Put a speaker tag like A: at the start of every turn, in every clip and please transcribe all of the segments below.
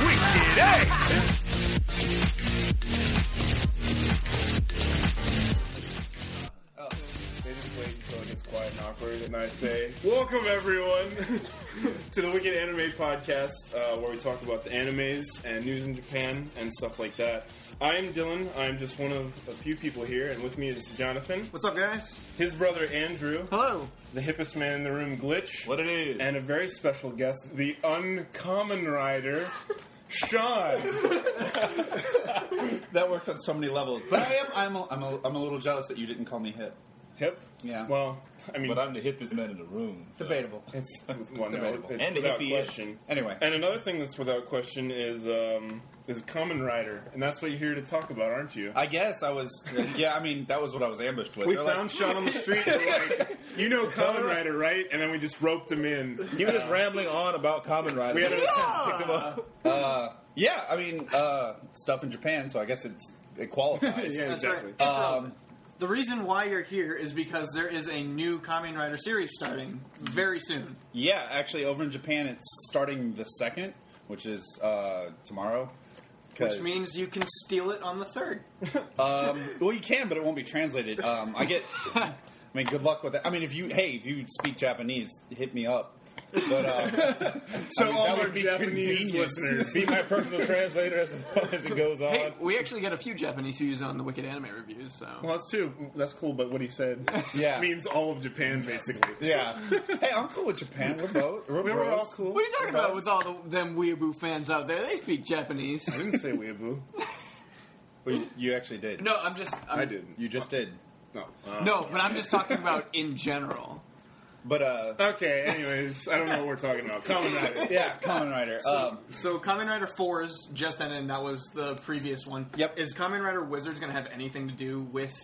A: Wicked A!
B: They just wait until it gets quiet and awkward, and I say, "Welcome everyone to the Wicked Anime Podcast, uh, where we talk about the animes and news in Japan and stuff like that." I'm Dylan. I'm just one of a few people here, and with me is Jonathan,
C: What's up, guys?
B: his brother Andrew,
C: Hello.
B: the hippest man in the room, Glitch,
C: it is?
B: and a very special guest, the Uncommon Rider, Sean.
D: That worked on so many levels. But I am, I'm, a, I'm, a, I'm a little jealous that you didn't call me hip.
B: Hip.
D: Yeah.
B: Well, I mean,
E: But I'm the hippest man in the room. so-
D: Debatable.
B: It's well, no,
D: Debatable.
B: it's
E: And the
B: without
E: hippie
B: question.
D: Anyway.
B: and another thing that's without question is um, is Common Rider, and that's what you're here to talk about, aren't you?
D: I guess I was. Yeah, I mean, that was what I was ambushed with.
B: we
D: They're
B: found
D: like,
B: Sean on the street. and We're like, you know Common Rider, right? And then we just roped him in.
E: He was just rambling on about Common Rider.
B: We had an attempt
E: Pick him up.
D: yeah, I mean, uh, stuff in Japan, so I guess it's, it qualifies.
B: Yeah,
C: That's
B: exactly.
C: right. It's relevant. the reason why you're here is because there is a new Kamen Rider series starting very soon.
D: Yeah, actually, over in Japan, it's starting the second, which is uh, tomorrow. 'Cause-
C: Which means you can steal it on the third.
D: well, you can, but it won't be translated. Um, I get. I mean, good luck with that. I mean, if you hey, if you speak Japanese, hit me up. But um,
B: So
D: I mean,
B: all
D: that
B: our
D: would be
B: Japanese
D: convenient.
B: listeners,
E: Be my personal translator as, as it goes on.
C: Hey, we actually got a few Japanese who use it on the Wicked Anime Reviews, so.
B: well, that's too. That's cool, but what he said
D: Yeah.
B: means all of Japan, basically.
D: yeah, hey, I'm cool with Japan. We're both. We're,
B: We were all
D: bros.
B: cool.
C: what are you talking about with all the, them weeaboo fans out there? They speak Japanese.
B: I didn't say weeaboo.
D: Well, you, you actually did.
C: No, I'm just. I'm,
B: I didn't.
D: you just did.
B: No. Uh,
C: No, but I'm just talking about in general.
D: But uh,
B: Okay. Anyways, I don't know what we're talking about. Common Rider.
D: yeah, Common Rider. Um,
C: So, Kamen Rider 4 is just ended, and that was the previous one.
D: Yep.
C: Is Kamen Rider Wizards going to have anything to do with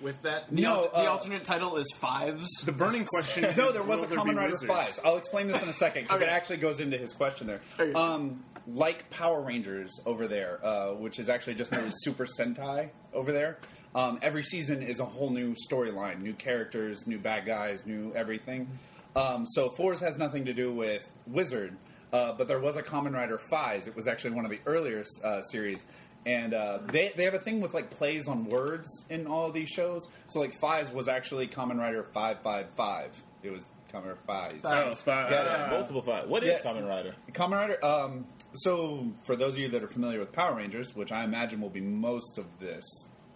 C: with that? The,
D: No,
C: al- the
D: uh,
C: alternate title is Fives.
B: The burning question.
D: no,
B: is,
D: there was
B: will
D: a Common
B: be
D: Rider
B: wizards?
D: Fives. I'll explain this in a second because
C: Okay.
D: it actually goes into his question there.
C: Okay.
D: Um, like Power Rangers over there, uh, which is actually just known as Super Sentai over there. Um, every season is a whole new storyline, new characters, new bad guys, new everything. Um, so fours has nothing to do with Wizard, uh, but there was a Common Rider Fives. It was actually one of the earlier uh, series. And uh, they, they have a thing with like plays on words in all of these shows. So like Fives was actually Common Rider Five Five Five. It was Common Rider Fives.
B: Oh, five.
D: Yeah,
E: Yeah, multiple five. What is
D: Yes.
E: Common Rider?
D: Kamen Rider. Um, so, for those of you that are familiar with Power Rangers, which I imagine will be most of this,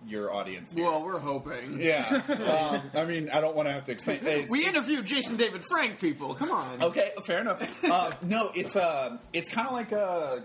D: your audience. Here.
C: well, we're hoping.
D: yeah. um, I mean, I don't want to have to explain. It's, Oh,
C: We interviewed Jason David Frank, people. Come on.
D: okay, fair enough. Uh, no, it's uh, it's kind of like uh,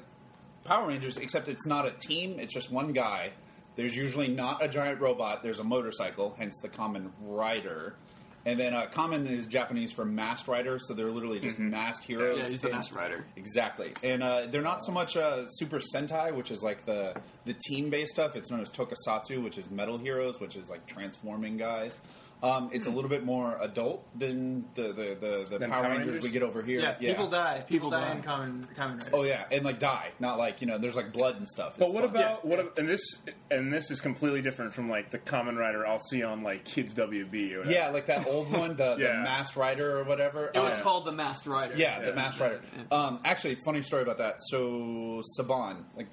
D: Power Rangers, except it's not a team. It's just one guy. There's usually not a giant robot. There's a motorcycle, hence the common rider. And then uh, common is Japanese for masked rider, so they're literally just masked heroes.
C: Mm-hmm. Yeah, he's the
D: And-
C: masked rider.
D: Exactly, and uh, they're not so much uh, Super Sentai, which is like the the team based stuff. It's known as Tokusatsu, which is Metal Heroes, which is like transforming guys. Um, it's
C: Hmm.
D: a little bit more adult than the the, the, the
B: Than
D: Power,
B: Power
D: Rangers,
B: Rangers?
D: we get over here.
C: Yeah, people die. People, die, in Common, common Rider.
D: Oh yeah, and like die, not like you know. There's like blood and stuff.
B: But
D: It's
B: what
D: fun.
B: about what? ab- And this and this is completely different from like the Common Rider I'll see on like Kids WB. Or whatever.
D: yeah, like that old one, the,
B: Yeah.
D: the Masked Rider or whatever.
C: It was
D: Um,
C: called the Masked Rider.
D: Yeah, the Masked Rider.
C: Yeah.
D: Um, actually, funny story about that. So Saban, like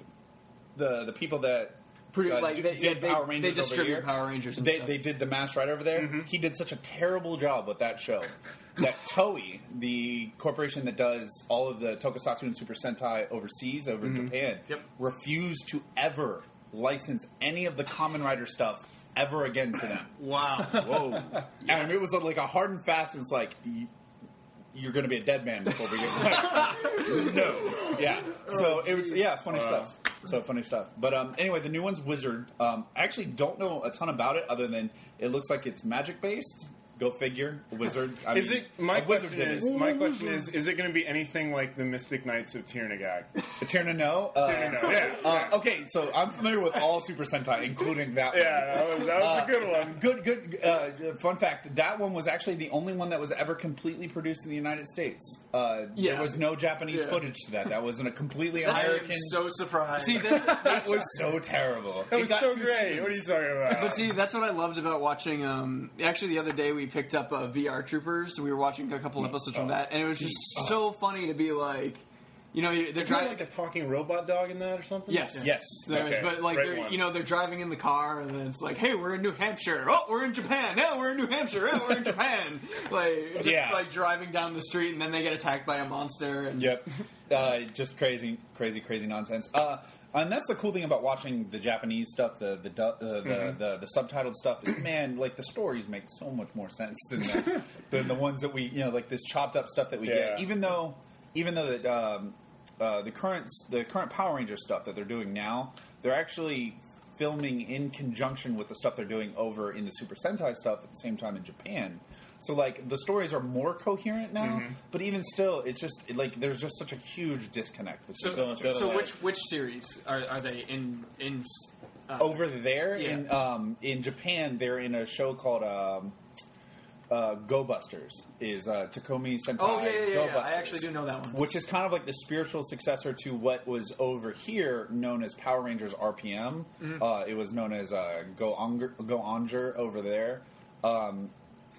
D: the the people that
C: Pretty- like,
D: Uh, d-
C: they- yeah, they-
D: Power
C: they
D: Rangers over
C: distribute
D: here,
C: Power Rangers and
D: They,
C: stuff. Mm-hmm.
D: they did the Masked Rider over there. He did such a terrible job with that show that Toei, the corporation that does all of the Tokusatsu and Super Sentai overseas, over in Japan,
C: Mm-hmm. Yep.
D: refused to ever license any of the Common Rider stuff ever again to them.
C: Wow.
D: Whoa. And it was like a hard and fast. It's like, y- you're going to be a dead man before we get No. Yeah. So it was, yeah, funny stuff. So funny stuff. But um, anyway, the new one's Wizard. Um, I actually don't know a ton about it other than it looks like it's magic based. Go figure. A wizard. I
B: Is
D: mean,
B: it? My
D: a wizard
B: question
D: did
B: is.
D: it.
B: My question is. Is it going to be anything like the Mystic Knights of Tirnagag?
D: Tierna, no. Uh,
B: Tirna, yeah.
D: uh, okay, so I'm familiar with all Super Sentai, including that one.
B: Yeah, that was, that was a good one.
D: Good, good. Uh, fun fact: that one was actually the only one that was ever completely produced in the United States. Uh,
C: Yeah.
D: There was no Japanese
C: Yeah.
D: footage to that. That was in a completely
C: That's-
D: American.
C: I'm so surprised.
D: See, that, that was so terrible.
B: That was so great. What are you talking about?
C: But see, that's what I loved about watching. Um, actually, the other day we picked up uh, VR Troopers. We were watching a couple episodes from that, and it was just so funny to be like, you know, you- they're
B: Is there,
C: driving.
B: like a talking robot dog in that or something?
C: yes,
D: Yes.
C: there is.
B: Okay,
C: But like,
B: right
C: they're,
B: one.
C: you know, they're driving in the car, and then it's like, hey, we're in New Hampshire. Oh, we're in Japan. No, we're in New Hampshire. Oh, we're in Japan. like, just
D: Yeah.
C: like driving down the street, and then they get attacked by a monster. And
D: Yep. Uh, just crazy, crazy, crazy nonsense. Uh, and that's the cool thing about watching the Japanese stuff, the the du- uh, the,
B: Mm-hmm.
D: the, the subtitled stuff. Is, man, like the stories make so much more sense than the, than the ones that we you know like this chopped up stuff that we get.
B: Yeah.
D: Even though, even though that um, uh, the current the current Power Ranger stuff that they're doing now, they're actually filming in conjunction with the stuff they're doing over in the Super Sentai stuff at the same time in Japan. So like the stories are more coherent now,
C: Mm-hmm.
D: but even still, it's just like there's just such a huge disconnect. With
C: So,
D: these two.
E: instead of,
C: so
E: like-
C: which which series are, are they in in? s- Uh,
D: over there
C: Yeah.
D: in um, in Japan, they're in a show called um, uh, Go Busters. Is uh, Takomi Sentai?
C: oh yeah, yeah,
D: Go
C: yeah. yeah. I
D: Busters,
C: actually do know that one.
D: Which is kind of like the spiritual successor to what was over here known as Power Rangers RPM. Uh, it was known as uh, Go Onger, Go Onger over there. Um,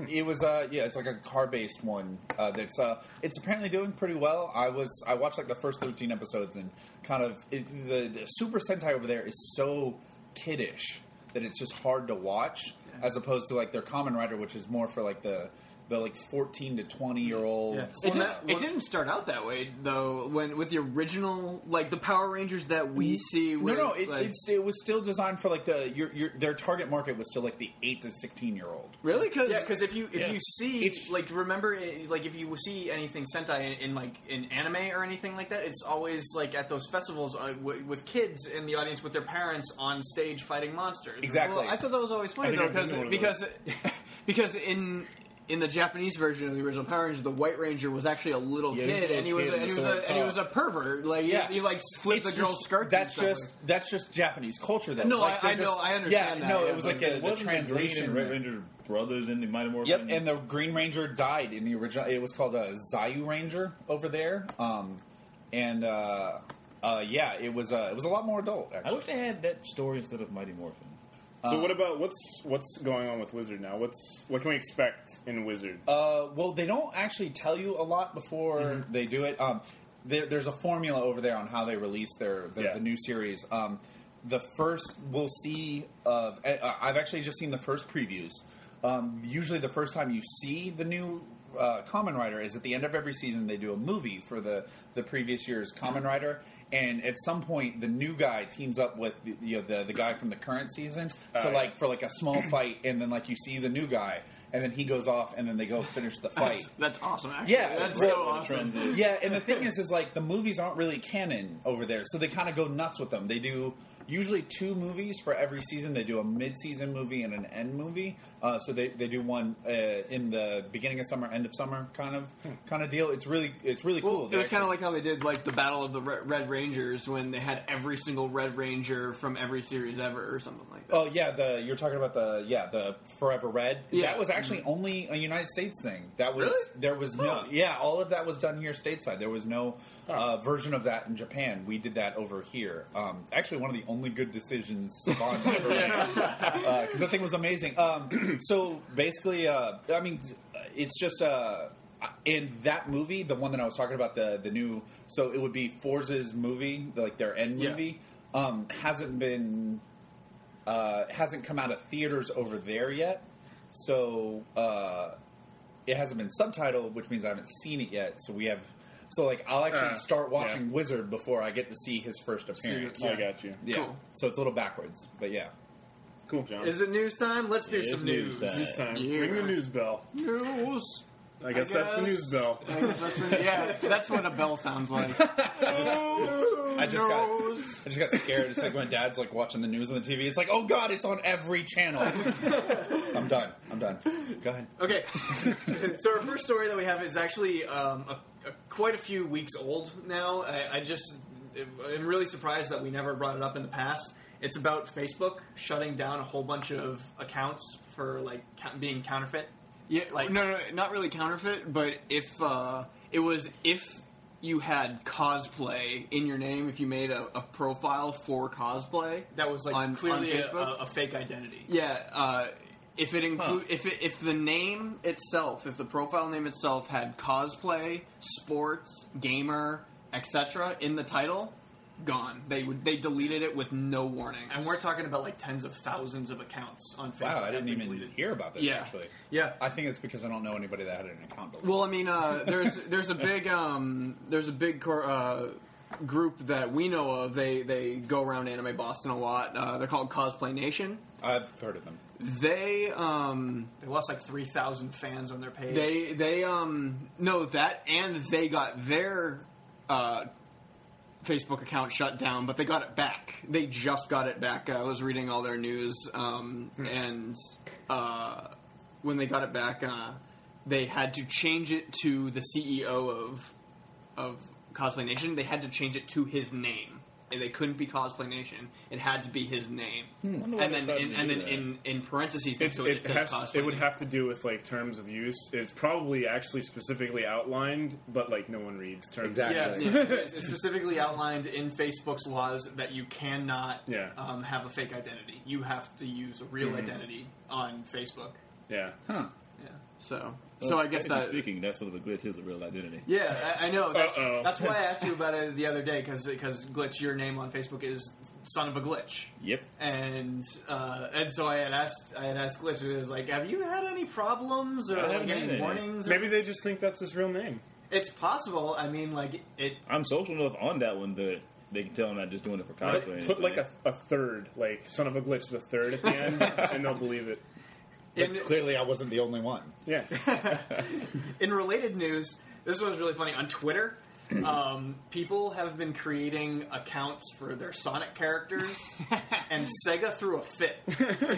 D: it was uh yeah, it's like a car based one uh, that's uh it's apparently doing pretty well. I was I watched like the first thirteen episodes and kind of it, the, the Super Sentai over there is so kiddish that it's just hard to watch as opposed to like their Common Rider, which is more for like the the like fourteen to twenty year old.
C: Yeah. It, didn't, it didn't start out that way though. When with the original, like the Power Rangers that we see,
D: No,
C: with,
D: no, it,
C: like,
D: it's, it was still designed for like the your, your their target market was still like the eight to sixteen year old.
C: really because if you if
D: Yeah.
C: you see
D: It's-
C: like remember eh, like if you see anything Sentai in, in like in anime or anything like that, it's always like at those festivals uh, w- with kids in the audience with their parents on stage fighting monsters.
D: Exactly.
C: Well, I thought that was always funny
B: think
C: though
B: I've been
C: because
B: to one of
C: because because in. In the Japanese version of the original Power Ranger, the White Ranger was actually a little
D: Yeah, he
C: kid,
D: was a little
C: and he was
D: kid
C: a, and
D: with
C: he was a,
D: the sword
C: and he
D: top.
C: was a pervert. Like he- he, like split
D: It's
C: the girl's
D: just-
C: skirts. and
D: That's
C: stuff like
D: just that's just Japanese culture, though.
C: No, I-
D: Like, they're
C: I know,
D: just-
C: I understand
D: Yeah,
C: that,
D: no,
C: yeah,
D: it was
C: but
D: like the, the
E: Wasn't the Green
D: translation.
E: and Red Ranger brothers in the Mighty Morphin?
D: Yep, and the Green Ranger died in the original. It was called a Zayu Ranger over there, um, and uh, uh, yeah, it was uh, it was a lot more adult.
E: I
D: Actually,
E: wish they had that story instead of Mighty Morphin.
B: So what about what's what's going on with Wizard now? What's what can we expect in Wizard?
D: Uh, well, they don't actually tell you a lot before
E: Mm-hmm.
D: they do it. Um, there, there's a formula over there on how they release their the,
B: Yeah.
D: the new series. Um, the first we'll see of I- I- I've actually just seen the first previews. Um, usually, the first time you see the new uh, Common Rider is at the end of every season. They do a movie for the the previous year's Common Rider, and at some point, the new guy teams up with the, you know, the the guy from the current season to
B: yeah.
D: like for like a small fight, and then like you see the new guy, and then he goes off, and then they go finish the fight.
C: That's, that's awesome. Actually.
D: Yeah,
C: that's so
D: well, the
C: awesome.
E: Translation.
D: yeah, and the thing is, is like the movies aren't really canon over there, so they kind of go nuts with them. They do usually two movies for every season. They do a mid-season movie and an end movie. Uh, so they, they do one uh, in the beginning of summer, end of summer, kind of kind of deal. It's really it's really cool.
C: Hmm. It was kind of like how they did like the Battle of the Re- Red Rangers when they had every single Red Ranger from every series ever or something like that.
D: Oh yeah, the you're talking about the yeah the Forever Red.
C: Yeah.
D: That was actually only a United States thing. That was
C: Really?
D: there was no
E: Huh.
D: yeah all of that was done here stateside. There was no uh, version of that in Japan. We did that over here. Um, actually, one of the only good decisions Saban ever made because that thing was amazing. Um, so basically, uh, I mean, it's just uh, in that movie, the one that I was talking about, the the new. So it would be Forza's movie, like their end
C: Yeah.
D: movie, um, hasn't been uh, hasn't come out of theaters over there yet. So uh, it hasn't been subtitled, which means I haven't seen it yet. So we have. So like I'll actually
B: Uh,
D: start watching
B: yeah.
D: Wizard before I get to see his first appearance.
B: I got you.
D: Yeah.
C: Cool.
D: So it's a little backwards, but yeah.
B: Cool, John.
C: Is it news time? Let's do
E: Yeah, it's
C: some
E: news
C: news.
E: time.
B: It's time?
C: Yeah.
B: Ring the news bell.
C: News.
B: I guess, that's the news bell.
A: That's a- yeah, that's what a bell sounds like.
D: I just got I just got scared. It's like when dad's like watching the news on the TV. It's like, oh god, it's on every channel. I'm done. I'm done. Go ahead.
A: Okay, so our first story that we have is actually um, a, a, quite a few weeks old now. I, I just am really surprised that we never brought it up in the past. It's about Facebook shutting down a whole bunch of accounts for like ca- being counterfeit.
C: Yeah, like no, no, not really counterfeit, but if uh, it was if you had cosplay in your name, if you made a, a profile for cosplay,
A: That was like
C: on,
A: clearly
C: on
A: a,
C: Facebook.
A: a, a fake identity.
C: yeah, uh, if it include
E: Huh.
C: if it, if the name itself, if the profile name itself had cosplay, sports, gamer, etc. in the title, gone. They would they deleted it with no warning.
A: And we're talking about like tens of thousands of accounts on Facebook.
D: Wow, I didn't
A: that were
D: even
A: deleted.
D: hear about this
C: Yeah.
D: actually.
A: Yeah.
D: I think it's because I don't know anybody that had an account. Before.
C: Well, I mean, uh, there's there's a big um, there's a big cor- uh, group that we know of. They they go around Anime Boston a lot. Uh, they're called Cosplay Nation.
D: I've heard of them.
C: They um,
A: They lost like three thousand fans on their page.
C: they they um, know that, and they got their uh, Facebook account shut down, but they got it back. They just got it back. I was reading all their news, um, and uh, when they got it back, uh, they had to change it to the CEO of of Cosplay Nation. They had to change it to his name. And they couldn't be Cosplay Nation. It had to be his name.
E: wonder
C: And
E: why they
C: then,
E: decided
C: in,
E: to
C: and
E: do
C: then
E: that.
C: in, in parentheses, next
B: It's,
C: to it, it,
B: it,
C: says
B: has,
C: Cosplay
B: it would
C: Nation.
B: have to do with like terms of use. It's probably actually specifically outlined, but like no one reads terms.
D: Exactly.
B: Of
A: Yeah,
B: use.
A: it's- it's it's specifically outlined in Facebook's laws that you cannot
B: Yeah. Mm-hmm.
A: um, have a fake identity. You have to use a real identity on Facebook.
B: Yeah.
D: Huh.
A: Yeah,
C: So, so I guess
E: Technically
C: that.
E: speaking, that's sort of a glitch is a real identity.
A: yeah, I, I know. That's,
B: Uh-oh.
A: that's why I asked you about it the other day because glitch your name on Facebook is son of a glitch.
E: Yep.
A: And uh, and so I had asked I had asked glitch it was like, have you had any problems or
E: I
A: like
E: haven't had
A: any
E: any.
A: warnings? or-
B: Maybe they just think that's his real name.
A: it's possible. I mean, like it.
E: I'm social enough on that one that they can tell I'm not just doing it for cosplay.
B: Put,
E: or
B: put like a,
E: anything.
B: a third, like son of a glitch, the third at the end, and they'll believe it.
D: But
A: in-
D: clearly, I wasn't the only one.
B: Yeah.
A: In related news, this one's really funny. On Twitter, um, people have been creating accounts for their Sonic characters, and Sega threw a fit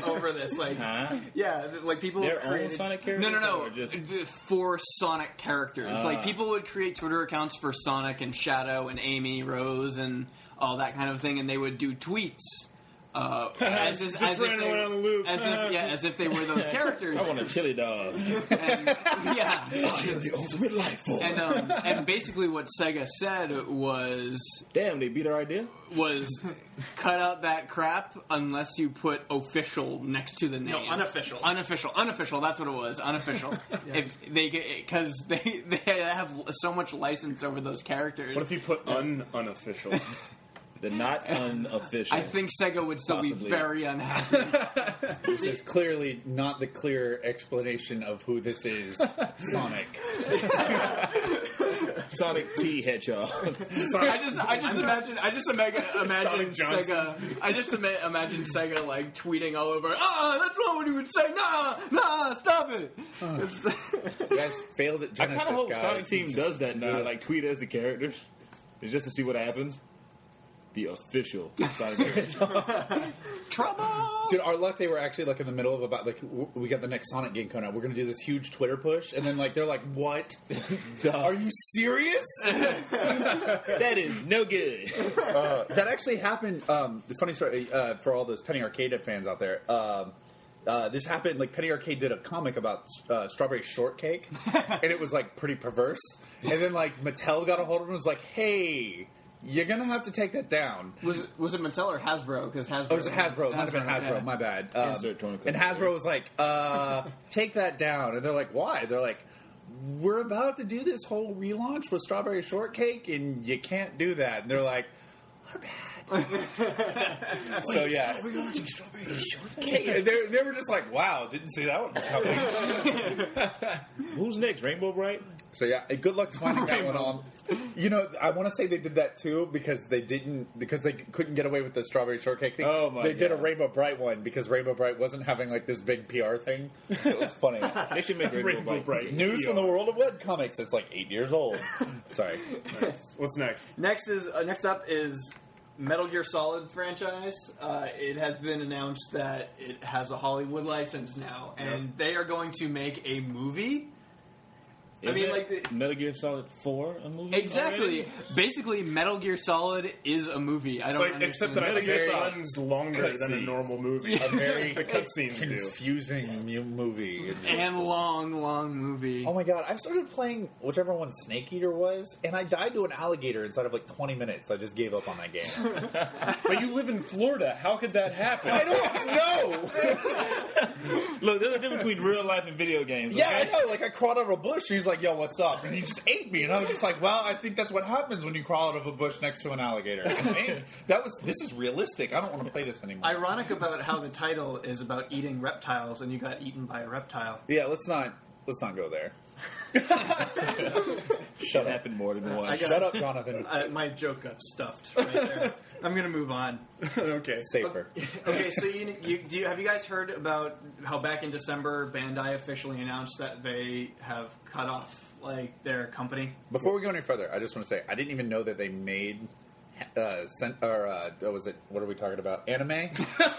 A: over this. Like,
E: Huh?
A: yeah, th- like people have
E: Their own
A: created-
E: Sonic characters?
C: No, no, no.
E: Or just,
C: For Sonic characters. like,
E: Ah.
C: people would create Twitter accounts for Sonic and Shadow and Amy, Rose, and all that kind of thing, and they would do tweets. Uh, as, as,
B: Just
C: as if
B: ran
C: they,
B: around the loop.
C: As if, yeah, as if they were those characters.
E: I want a chili dog.
C: yeah.
D: I am the ultimate life form.
C: And, um, and basically, what Sega said was
E: Damn, they beat our idea.
C: was cut out that crap unless you put official next to the name.
A: unofficial.
C: Unofficial. Unofficial. That's what it was. Unofficial. If they because they they have so much license over those characters.
B: What if you put un unofficial?
E: The not unofficial.
C: I think Sega would still
E: Possibly.
C: be very unhappy.
D: This is clearly not the clear explanation of who this is. Sonic.
E: Sonic T Hedgehog.
C: I just, I just imagine, I just imagine, imagine
B: Sonic Johnson.
C: Sega. I just ima- imagine Sega like tweeting all over. Ah, that's not what he would say. Nah, nah, stop it.
D: You guys failed at
E: I kind
D: Genesis,
E: of hope
D: guys.
E: Sonic Team
D: Just-
E: does that now. Like tweet as the characters, it's just to see what happens. The official Sonic the Hedgehog.
C: Trouble.
D: Dude, our luck, they were actually like in the middle of about like, w- we got the next Sonic game coming out. We're going to do this huge Twitter push. And then, like, they're like, what? Are you serious?
E: that is no good.
D: that actually happened. Um, the funny story uh, for all those Penny Arcade fans out there. Um, uh, this happened like Penny Arcade did a comic about uh, strawberry shortcake, and it was like pretty perverse. And then like Mattel got a hold of it and was like, "Hey, you're gonna have to take that down."
C: Was it, was it Mattel or Hasbro? Because Hasbro.
D: Oh, it was Hasbro. It might have been Hasbro.
C: yeah.
D: My bad. Um,
E: Insert drone clip
D: and
E: here.
D: Hasbro was like, uh, "Take that down." And they're like, "Why?" They're like, "We're about to do this whole relaunch with strawberry shortcake, and you can't do that." And they're like, "Our bad." so yeah, we're relaunching strawberry shortcake. they, they were just like, "Wow, didn't see that one coming."
E: Who's next? Rainbow Bright.
D: So yeah, eh, good luck finding that one on. You know, I want to say they did that too because they didn't because they couldn't get away with the strawberry shortcake thing.
E: Oh, my
D: They did a
E: God.
D: Rainbow Bright one because Rainbow Bright wasn't having like this big PR thing. So it was funny.
E: They should make Rainbow,
B: Rainbow
E: Bright.
B: Bright.
D: News from the world of web comics. It's like eight years old. Sorry.
B: What's next?
C: Next is uh, next up is Metal Gear Solid franchise. Uh, it has been announced that it has a Hollywood license now, and they are going to make a movie. I
E: Is
C: mean,
E: it
C: like the-
E: Metal Gear Solid Four, a movie
C: Exactly.
E: already?
C: Basically, Metal Gear Solid is a movie. I don't
B: Like,
C: understand.
B: except that I think it runs longer than a
E: Cutscenes.
B: normal movie.
D: A very
B: The cutscenes do.
D: confusing mu- movie.
C: and long, long movie.
D: Oh my god, I started playing whichever one Snake Eater was, and I died to an alligator inside of like 20 minutes. I just gave up on that game.
B: But you live in Florida. How could that happen?
D: I don't know!
E: Look, there's a difference between real life and video games.
D: Yeah,
E: okay?
D: I know. Like, I crawled out of a bush, and he's like, yo, what's up? And he just ate me, and I was just like, well, I think that's what happens when you crawl out of a bush next to an alligator. Man, that was, this is realistic. I don't want to play this anymore.
C: Ironic about how the title is about eating reptiles, and you got eaten by a reptile.
D: yeah, let's not, let's not go there.
E: Shut up and more than once.
D: Shut up, Jonathan.
C: Uh, my joke got stuffed right there. I'm gonna move on.
B: okay.
D: Safer.
C: okay, so you, you, do you have you guys heard about how back in December Bandai officially announced that they have cut off like their company?
D: Before we go any further, I just want to say I didn't even know that they made. Uh, sen- or uh, what was it? What are we talking about? Anime.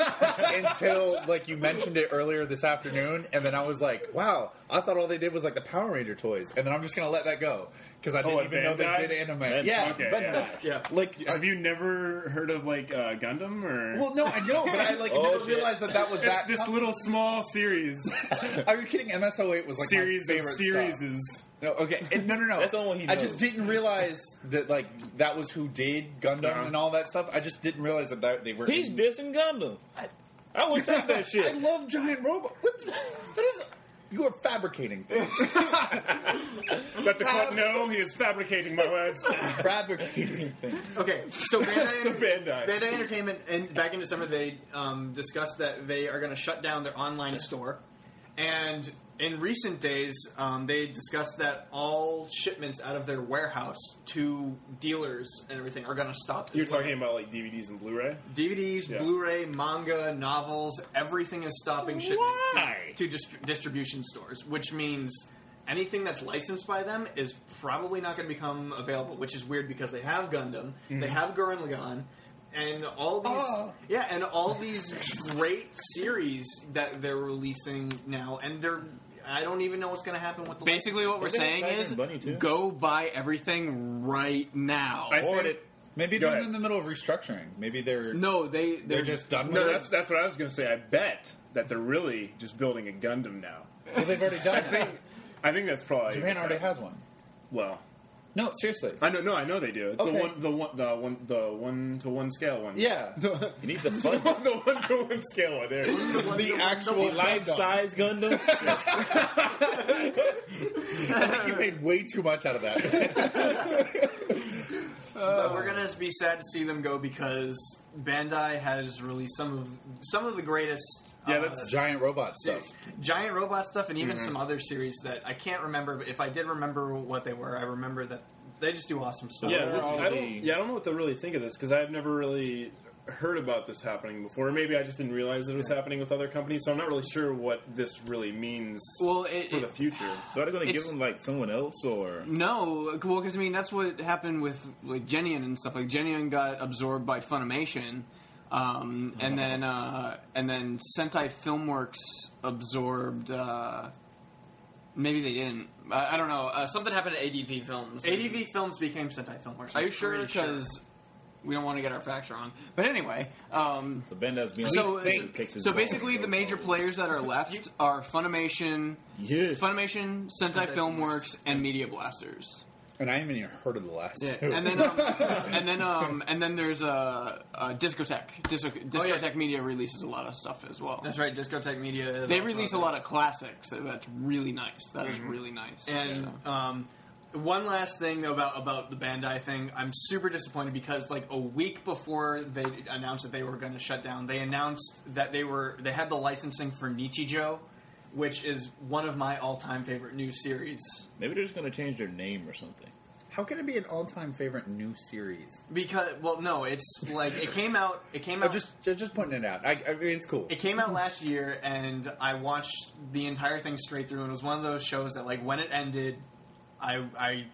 D: Until like you mentioned it earlier this afternoon, and then I was like, "Wow, I thought all they did was like the Power Ranger toys," and then I'm just gonna let that go because I didn't
B: Oh, at
D: even know
B: Bandai?
D: they did anime.
E: Bandai.
D: Yeah,
B: Okay,
D: Bandai.
B: yeah.
C: Yeah.
D: Like,
B: Have you never heard of like uh, Gundam or?
D: well, no, I know, but I like
E: Oh,
D: never
E: shit.
D: realized that that was that.
B: this
D: com-
B: little small series,
D: are you kidding? MSO8 was like
B: series
D: my
B: of
D: favorite stuff.
B: series is
D: No, okay, and no, no, no.
E: That's the only one he
D: I just
E: knows.
D: didn't realize that like that was who did Gundam
B: Yeah.
D: and all that stuff. I just didn't realize that, that they were.
E: He's
D: in-
E: dissing Gundam. I, I wouldn't take that
D: I
E: shit.
D: love giant robot. What? the- That is. You are fabricating things.
B: let the club know he is fabricating my words.
D: fabricating things.
C: Okay, so Bandai,
B: So Bandai.
C: Bandai Entertainment, and back in December they um, discussed that they are going to shut down their online store, and in recent days um, they discussed that all shipments out of their warehouse to dealers and everything are going to stop. as
B: You're
C: well.
B: talking about like DVDs and Blu-ray.
C: DVDs,
B: Yeah.
C: Blu-ray, manga, novels, everything is stopping shipments
E: Why?
C: to, to dist- distribution stores, which means anything that's licensed by them is probably not going to become available, which is weird because they have Gundam, they
E: Mm-hmm.
C: have Gurren Lagann, and all these
E: Ah.
D: Oh.
C: yeah, and all these great series that they're releasing now and they're I don't even know what's going to happen with the
A: Basically, what we're
E: Didn't they have
A: saying
E: Tiger
A: is
E: and Bunny, too?
A: go buy everything right now.
B: I
E: Forward
B: think-
E: it.
D: Maybe
B: Go
D: they're
B: ahead.
D: in the middle of restructuring. Maybe they're
A: no, they they're,
D: They're just done with
B: No,
D: it.
B: that's that's what I was going to say. I bet that they're really just building a Gundam now.
D: well, they've already done.
B: I
D: that.
B: think I think that's probably
D: Japan already has one.
B: Well,
D: No, seriously.
B: I know. No, I know they do. The
D: Okay.
B: one, the one, the one, the one to one scale one.
D: Yeah,
E: You need the fun
B: the one to one scale one. There.
D: the actual
E: life size Gundam.
D: I think you made way too much out of that.
C: But
B: Uh,
C: we're gonna be sad to see them go because Bandai has released some of some of the greatest.
B: Yeah,
C: uh,
B: that's Mm-hmm.
D: giant robot stuff.
C: giant robot stuff, and even some other series that I can't remember. But if I did remember what they were, I remember that they just do awesome stuff.
B: Yeah,
E: Where
B: this-
E: are
B: I
E: the-
B: don't. Yeah, I don't know what to really think of this because I've never really heard about this happening before. Maybe I just didn't realize it was happening with other companies, so I'm not really sure what this really means
A: Well, it-
B: for the
A: it-
B: future.
E: So are they going to give
A: It's-
E: him like someone else or?
D: Mm.
A: No, well, because I mean that's what happened with like Genion and stuff. Like Genion got absorbed by Funimation, um,
C: Mm-hmm.
A: and then uh, and then Sentai Filmworks absorbed. Uh, maybe they didn't. I, I don't know. Uh, something happened to ADV Films.
C: ADV Films became Sentai Filmworks.
A: Are
C: I'm
A: you sure?
C: pretty
A: Because we don't want to get our facts wrong. But anyway, um,
E: So Bandai's being
A: so
E: like, "Think." Takes his
A: so
E: ball and
A: basically, the
E: goes
A: major
E: home.
A: players that are left are Funimation,
E: Yeah.
A: Funimation,
C: Sentai
A: Sentai, Filmworks, and Media Blasters.
D: And I haven't even heard of the last
A: Yeah,
D: two.
A: and then um, and then um, and then there's a, uh discotheque.
D: Oh,
A: Disco, discotheque Media releases a lot of stuff as well.
C: That's right. Discotech Media. Is
A: They
C: also
A: release a
C: out
A: lot of classics. so That's really nice. That
D: Mm-hmm.
A: is really nice.
C: And
A: So-
C: um, one last thing about about the Bandai thing, I'm super disappointed because like a week before they announced that they were going to shut down, they announced that they were they had the licensing for Nichijou, which is one of my all-time favorite new series
E: Maybe they're just gonna change their name or something.
D: How can it be an all-time favorite new series?
C: because well no it's like it came out it came out
D: I'm just ju- just pointing it out. I, I mean, it's cool.
C: It came
A: Mm-hmm.
C: out last year, and I watched the entire thing straight through, and it was one of those shows that, like, when it ended, I I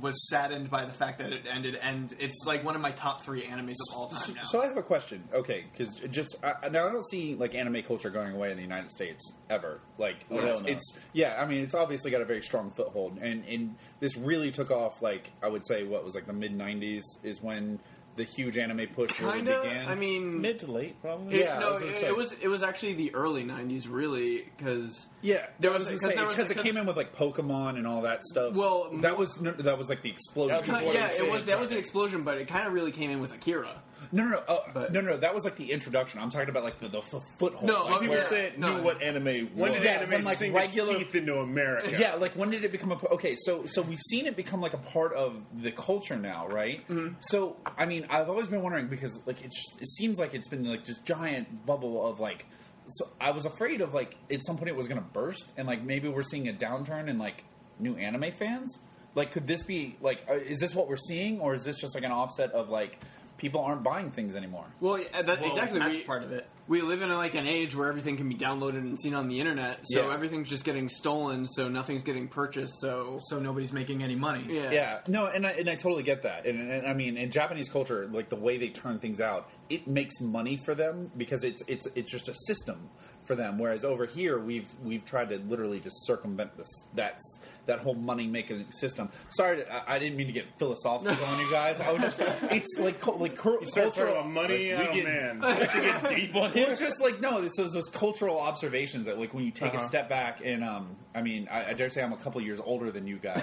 C: was saddened by the fact that it ended, and it's like one of my top three animes of all time now.
D: So I have a question. Okay, because just I, now I don't see like anime culture going away in the United States ever. Like
E: Oh,
D: it's,
E: hell no.
D: it's- yeah, I mean it's obviously got a very strong foothold, and and this really took off. Like I would say, what was like the mid '90s is when the huge anime push really
A: Kinda.
D: began.
A: I mean,
E: Mid to late, probably.
A: It,
D: Yeah, I
A: no,
D: was gonna
A: it,
D: say.
A: it was it was actually the early '90s, really, because
D: yeah,
A: there
D: I
A: was
D: gonna
A: because
D: say,
A: there was-
D: it came in with like Pokemon and all that stuff.
A: Well,
D: that was no, that was like the explosion.
E: That was
A: Kinda-
E: What
A: yeah,
E: I'm
A: it
E: saying,
A: was that was the
E: kinda.
A: explosion, but it kind of really came in with Akira.
D: No, no, no, oh,
A: But-
D: no, no. That was like the introduction. I'm talking about like the the, the foothold.
A: No,
D: like,
A: I mean,
D: where-
E: People
A: yeah.
E: said
A: No.
E: knew what anime was.
B: When did
D: Yeah,
B: anime
D: when, like,
B: sink
D: regular-
B: its teeth into America?
D: yeah. like when did it become a po- okay? So so we've seen it become like a part of the culture now, right? So I mean, I've always been wondering because like it's just, it seems like it's been like just giant bubble of like. So I was afraid of like at some point it was going to burst and like maybe we're seeing a downturn in like new anime fans. Like, could this be like? uh, Is this what we're seeing, or is this just like an offset of like people aren't buying things anymore?
A: Well, yeah, that, exactly.
C: that's
A: we,
C: part of it.
A: We live in like an age where everything can be downloaded and seen on the internet, so
D: Yeah.
A: everything's just getting stolen, so nothing's getting purchased. So,
C: So nobody's making any money.
A: yeah,
D: yeah no and I, and I totally get that and, and, and i mean in japanese culture like the way they turn things out it makes money for them because it's it's it's just a system for them whereas over here we've we've tried to literally just circumvent this that's that whole money making system sorry to, I, I didn't mean to get philosophical on you guys i was just it's like cul- like cur-
B: Start throwing
D: cultural-
B: a money
D: like,
B: out
D: we
B: of
D: get-
B: man.
E: deep on
D: well, it's just like no, it's those, those cultural observations that like when you take a
B: Uh-huh.
D: step back and um, I mean, I, I dare say I'm a couple years older than you guys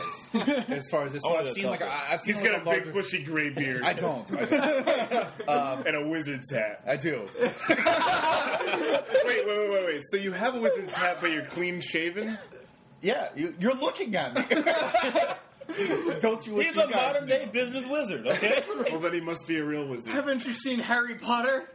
D: as far as this. So
E: Older
D: I've
E: than
D: seen like
E: couple.
D: I, I've seen
B: Oh, He's
D: like,
B: got a
D: larger-
B: big bushy gray beard
D: I don't. I, don't.
B: and a wizard's hat.
D: I do.
B: Wait, wait, wait, wait, wait. So you have a wizard's hat, but you're clean shaven?
D: Yeah, you, you're looking at me. don't you? wish
E: He's
D: you
E: a
D: guys
E: modern
D: knew?
E: day business wizard. Okay.
B: Well, then he must be a real wizard.
C: Haven't you seen Harry Potter?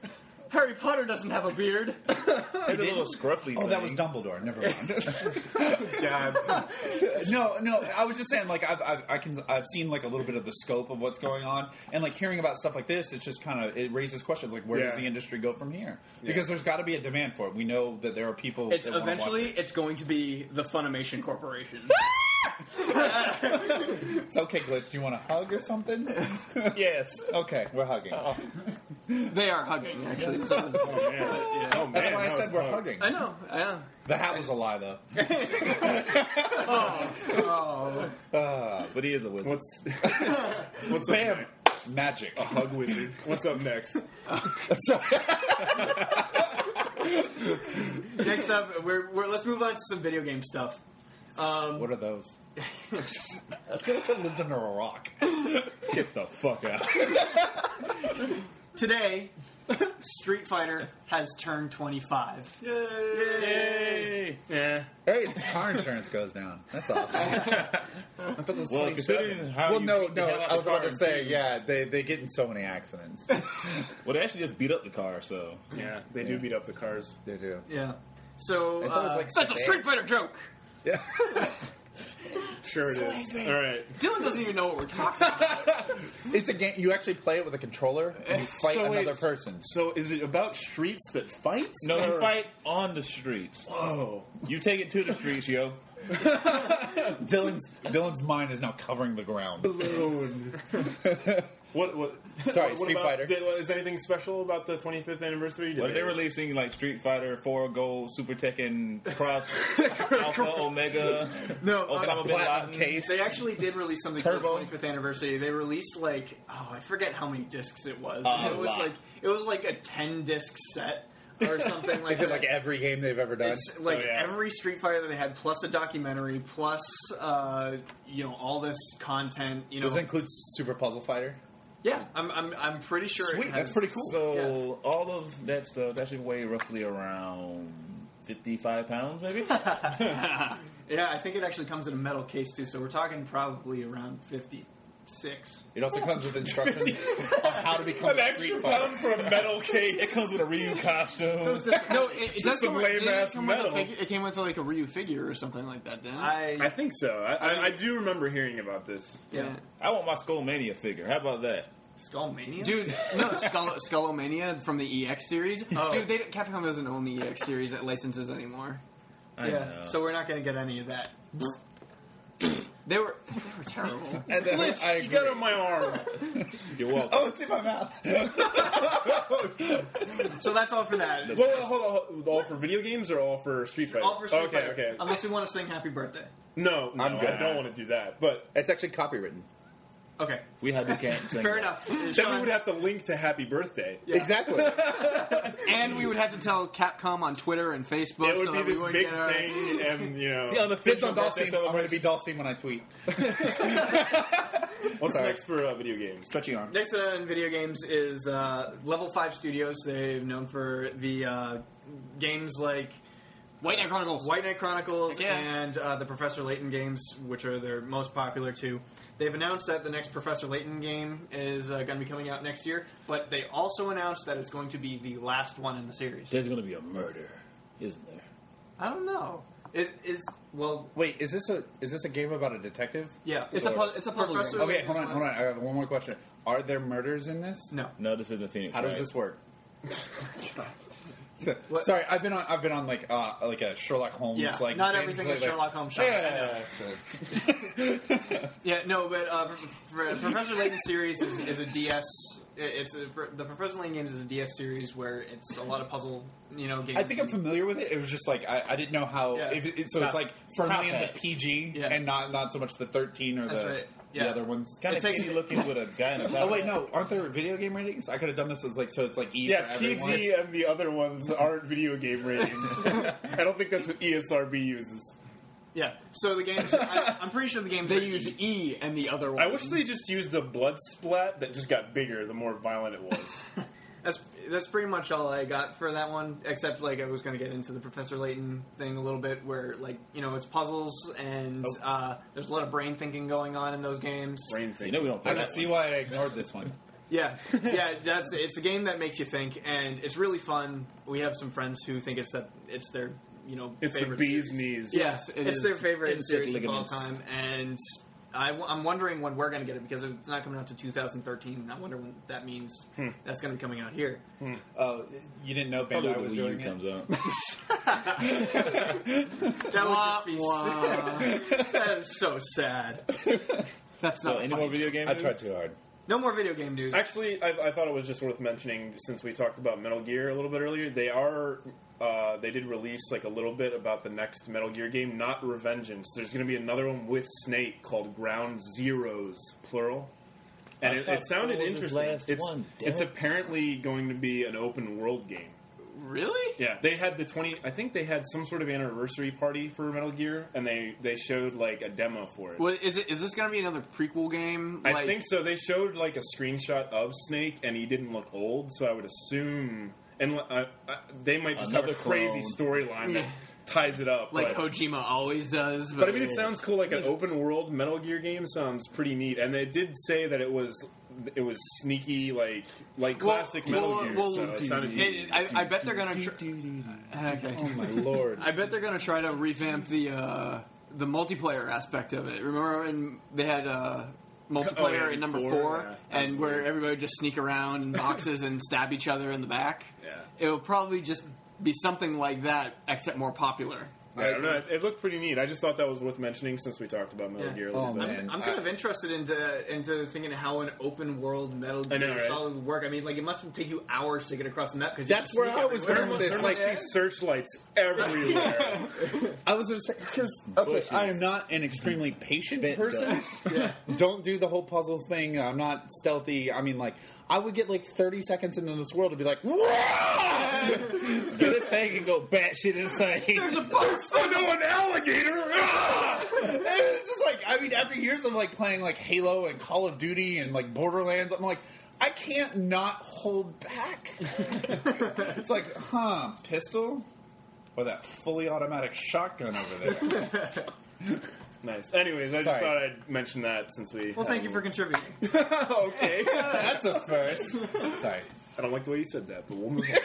C: Harry Potter doesn't have a beard.
E: He's a little scruffy.
D: Oh, that was
E: thing.
D: Dumbledore. Never mind. no, no. I was just saying, like, I've, I've, I can, I've seen like a little bit of the scope of what's going on, and like hearing about stuff like this, it's just kind of it raises questions, like, where does
B: Yeah.
D: the industry go from here? Because there's got to be a demand for it. We know that there are people.
C: It's
D: that wanna watch
C: eventually
D: it.
C: it's going to be the Funimation Corporation.
D: It's okay, glitch. Do you want a hug or something?
E: Yes.
D: okay, we're hugging.
A: they are hugging actually. So
B: Oh, man. Oh, man,
D: That's why I
B: that
D: said
B: was
D: we're
B: tough.
D: hugging.
C: I know. Yeah.
D: The hat was a lie, though.
B: Oh,
D: Ah,
E: But he is a wizard.
B: What's what's up?
D: Bam,
B: next?
D: magic.
B: Hug wizard. What's up next?
C: Next up, we're, we're let's move on to some video game stuff.
D: What are those? I feel like I lived under a rock.
E: Get the fuck out.
C: Today, Street Fighter has turned 25.
B: Yay! Yeah.
D: Hey, the car insurance goes down. That's awesome. I thought that was
E: Well,
D: 27.
E: considering how
D: well,
E: you
D: no,
E: beat the
D: no.
E: hell out
D: I was
E: the
D: about
E: car
D: to say,
E: too.
D: yeah, they they get in so many accidents.
E: Well, they actually just beat up the car, so
B: Yeah, they do beat up the cars.
D: they do.
C: Yeah. So
D: It's always
C: uh,
D: like
A: that's a
D: sedan.
A: Street Fighter joke.
D: Yeah.
B: Sure it is. All right.
C: Dylan doesn't even know what we're talking about.
D: it's a game. You actually play it with a controller and you fight
B: So wait,
D: another person.
B: So is it about streets that fights?
E: no,
B: Or-
E: you fight on the streets.
B: Oh,
E: You take it to the streets, yo.
D: Dylan's Dylan's mind is now covering the ground.
B: balloon. what? What?
D: Sorry,
B: what
D: Street
B: about,
D: Fighter.
B: Did, is anything special about the 25th anniversary? Did
E: But they're releasing like Street Fighter Four, Gold, Super Tekken, Cross, Alpha, Omega,
C: No, uh,
E: Osama bin
D: Platinum
E: Laden.
D: case.
C: They actually did release something
E: Turbo.
C: for the 25th anniversary. They released like oh, I forget how many discs it was.
D: Oh,
E: A
C: it was
E: lot.
C: like it was like a 10 disc set or something like
D: Is it
C: that.
D: like every game they've ever done?
C: It's like
B: Oh, yeah.
C: every Street Fighter that they had, plus a documentary, plus uh, you know all this content. You know,
D: Does it include Super Puzzle Fighter?
C: yeah, I'm, I'm I'm pretty sure.
D: Sweet,
C: it has-
D: that's pretty cool.
E: So all of that stuff that should weigh roughly around fifty-five pounds, maybe.
C: Yeah, I think it actually comes in a metal case too. So we're talking probably around 50 six.
D: It also comes with instructions on how to become
E: An
D: a street
E: extra
D: fighter.
E: pound for a metal cake. It comes with a Ryu costume.
A: no, it, it does
E: some
A: come with,
E: lame
A: didn't it
E: ass
A: come with a
E: metal.
A: figure, It came with like a Ryu figure or something like that, didn't it?
C: I,
B: I think so. I, I, I do remember hearing about this.
C: yeah.
E: I want my Skullmania figure. How about that?
C: Skullmania,
A: Dude, no, Skull, Skullomania from the EX series.
C: Oh.
A: Dude, they, don't- Capcom doesn't own the EX series that licenses anymore.
E: I
C: Yeah.
E: know.
C: So we're not going to get any of that.
A: They were, they were terrible.
D: And then
B: You
D: I agree.
B: got on my arm.
E: You're welcome.
D: Oh, it's in my mouth.
C: So that's all for that.
B: Whoa, whoa, hold on, hold on. All for video games or all for Street Fighter?
C: All for Street
B: okay,
C: Fighter.
B: okay.
C: Unless you want to sing Happy Birthday.
B: No, no,
D: I'm
B: i
D: good.
B: don't want to do that. But
D: It's actually copywritten.
C: Okay.
E: We had the camp thing.
C: Fair enough. Uh,
B: then we
C: Sean,
B: would have to link to Happy Birthday.
C: Yeah.
D: Exactly.
A: and we would have to tell Capcom on Twitter and Facebook.
B: It would
A: so
B: be
A: that we
B: this
A: wouldn't
B: big
A: get our-
B: thing, and you know.
E: The
D: Dibs
E: unofficial
D: on Dalsim.
E: birthday
D: I'm going to
E: celebration.
D: be Dalsim when I tweet.
B: What's
D: Sorry.
B: next for uh, video games?
D: Stretchy arm.
C: next uh, in video games is uh, Level 5 Studios. They're known for the uh, games like
A: White Knight Chronicles.
C: White Knight Chronicles
A: Yeah.
C: and uh, the Professor Layton games, which are their most popular two. They've announced that the next Professor Layton game is uh, going to be coming out next year, but they also announced that it's going to be the last one in the series.
E: There's going to be a murder, isn't there?
C: I don't know. It is well,
D: Wait, is this a is this a game about a detective?
C: yeah.
A: It's a pu- it's a puzzle
C: Professor
A: game.
D: Okay,
C: Layton
D: hold on,
C: is
D: hold
C: one-
D: on. I have one more question. Are there murders in this?
C: No.
E: No, this isn't Phoenix.
D: How does
E: right?
D: this work? So-
C: What-
D: Sorry, I've been on I've been on like uh, like a Sherlock Holmes
C: Yeah,
D: like
C: not
D: binge
C: everything
D: lately.
C: is Sherlock Holmes. Sean.
D: Yeah,
C: Yeah, no, but uh, Pro- Pro- Professor Layton series is, is a DS. It's a, the Professor Layton games is a DS series where it's a lot of puzzle, you know, games.
D: I think I'm
C: and-
D: familiar with it. It was just like I, I didn't know how.
C: Yeah.
D: If it, it- so
E: Top-
D: it's like firmly
E: top
D: in the
E: hat.
D: PG
C: Yeah.
D: and not not so much the 13 or
C: That's
D: the,
C: right.
D: the
C: Yeah.
D: other ones.
E: Kind
C: It
E: of
C: takes-
E: kiddie looking with a guy in a top
D: Oh wait,
E: hat.
D: no, aren't there video game ratings? I could have done this as like so it's like E for
B: Yeah,
D: everyone.
B: PG and the other ones aren't video game ratings. I don't think that's what E ESRB uses.
C: Yeah. So the games, I, I'm pretty sure the games
A: They
C: are
A: use E and the other one.
B: I wish they just used a blood splat that just got bigger the more violent it was.
C: That's that's pretty much all I got for that one. Except like I was going to get into the Professor Layton thing a little bit, where like you know it's puzzles and
A: Oh.
C: uh, there's a lot of brain thinking going on in those games.
B: Brain thing.
E: You know we don't play
D: I
E: that
D: can
E: one.
D: see why I ignored this one.
C: Yeah, yeah. That's it's a game that makes you think, and it's really fun. We have some friends who think it's that it's their you know
B: It's the
C: favorite
B: bee's
C: series.
B: knees.
C: Yes,
A: It
C: it's
A: is
C: their favorite
E: insect
C: series of all
E: ligaments.
C: time, and I, am wondering when we're going to get it because it's not coming out to 2013. And I wonder when that means
B: Hmm.
C: that's going to be coming out here.
D: Oh, you didn't know
E: Probably
D: Bandai was doing
E: when Wii U
D: it.
E: comes out.
C: That would just be sad. that is so sad.
A: That's
E: So,
A: not
E: any more video games?
D: I tried too hard.
C: No more video game news.
B: Actually, I, I thought it was just worth mentioning since we talked about Metal Gear a little bit earlier. They are uh, they did release like a little bit about the next Metal Gear game, not Revengeance. There's going to be another one with Snake called Ground Zeroes, plural. And
E: I
B: it,
E: thought
B: it sounded
E: that was his
B: interesting.
E: last
B: it's
E: one, damn
B: it's
E: it.
B: apparently going to be an open world game.
C: really?
B: Yeah, they had the twenty. I think they had some sort of anniversary party for Metal Gear, and they they showed like a demo for it.
A: Well, is it? Is this going to be another prequel game?
B: I think so. They showed like a screenshot of Snake, and he didn't look old, so I would assume. And uh, uh, they might just
E: Another
B: have a crazy storyline that
A: Yeah.
B: ties it up.
A: like
B: but,
A: Kojima always does. But,
B: but I mean, it sounds cool. Like an open world Metal Gear game sounds pretty neat. And they did say that it was it was sneaky, like like
A: Well,
B: classic Metal
A: well,
B: Gear.
A: well,
B: so it
A: dude,
B: sounded
A: it- it- I, I bet they're going to. Tr- okay.
D: Oh my lord!
A: I bet they're going to try to revamp the uh, the multiplayer aspect of it. Remember when they had uh, multiplayer
B: Oh, yeah,
A: in number
B: four,
A: four,
B: yeah.
A: and
B: That's
A: where
B: weird.
A: everybody would just sneak around in boxes and stab each other in the back?
B: Yeah.
A: it will probably just be something like that, except more popular.
B: I don't know. It, it looked pretty neat. I just thought that was worth mentioning since we talked about Metal
C: Yeah.
B: Gear. A
D: Oh,
B: little bit.
D: man.
C: I'm kind of interested into into thinking how an open world Metal Gear
B: I know, right?
C: Solid would work. I mean, like it must take you hours to get across the map because
D: That's where I was
B: There
D: going
B: must,
D: with
B: there
D: this,
B: must
D: like-
B: be searchlights everywhere.
D: I was just because okay, I am not an extremely patient person. Don't do the whole puzzle thing. I'm not stealthy. I mean, like I would get like 30 seconds into this world to be like, "Whoa!"
E: Get a tank and go batshit insane.
A: There's a box.
D: oh no, an alligator! Ah! And it's just like I mean, after years of like playing like Halo and Call of Duty and like Borderlands, I'm like. I can't not hold back. it's like, huh, pistol or that fully automatic shotgun over there.
B: Nice. Anyways, I just
D: Sorry.
B: thought I'd mention that since we.
C: Well, thank you for
B: I
C: contributing.
D: okay, that's a first. Sorry.
B: I don't like the way you said that, but we'll move on.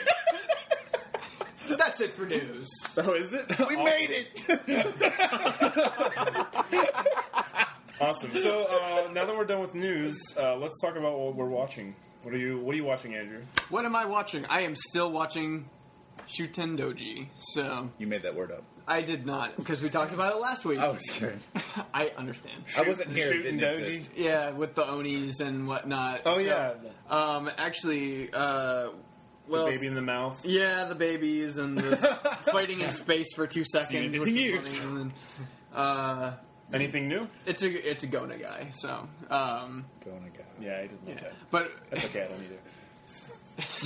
C: That's it for news.
B: oh, is it?
D: We made it.
B: Awesome. So uh, now that we're done with news, uh, let's talk about what we're watching. What are you What are you watching, Andrew?
A: What am I watching? I am still watching Shutendoji. So
D: You made that word up.
A: I did not because we talked about it last week.
D: I was scared.
A: I understand.
D: I wasn't
B: Shoot-
D: here. It
B: shooting
D: didn't
B: doji?
D: exist.
A: Yeah, with the onis and whatnot.
B: Oh,
A: So,
B: yeah.
D: uh,
A: Um, actually, uh, well,
B: Baby in the mouth.
A: Yeah, the babies and the s- fighting in space for two seconds.
E: in
A: which
E: 15 years.
A: was funny, and then, uh,
B: Anything new?
A: it's a it's a Gona guy. So um,
D: Going again.
B: Yeah, he doesn't like
A: yeah.
B: that.
A: but
B: That's okay. I don't either.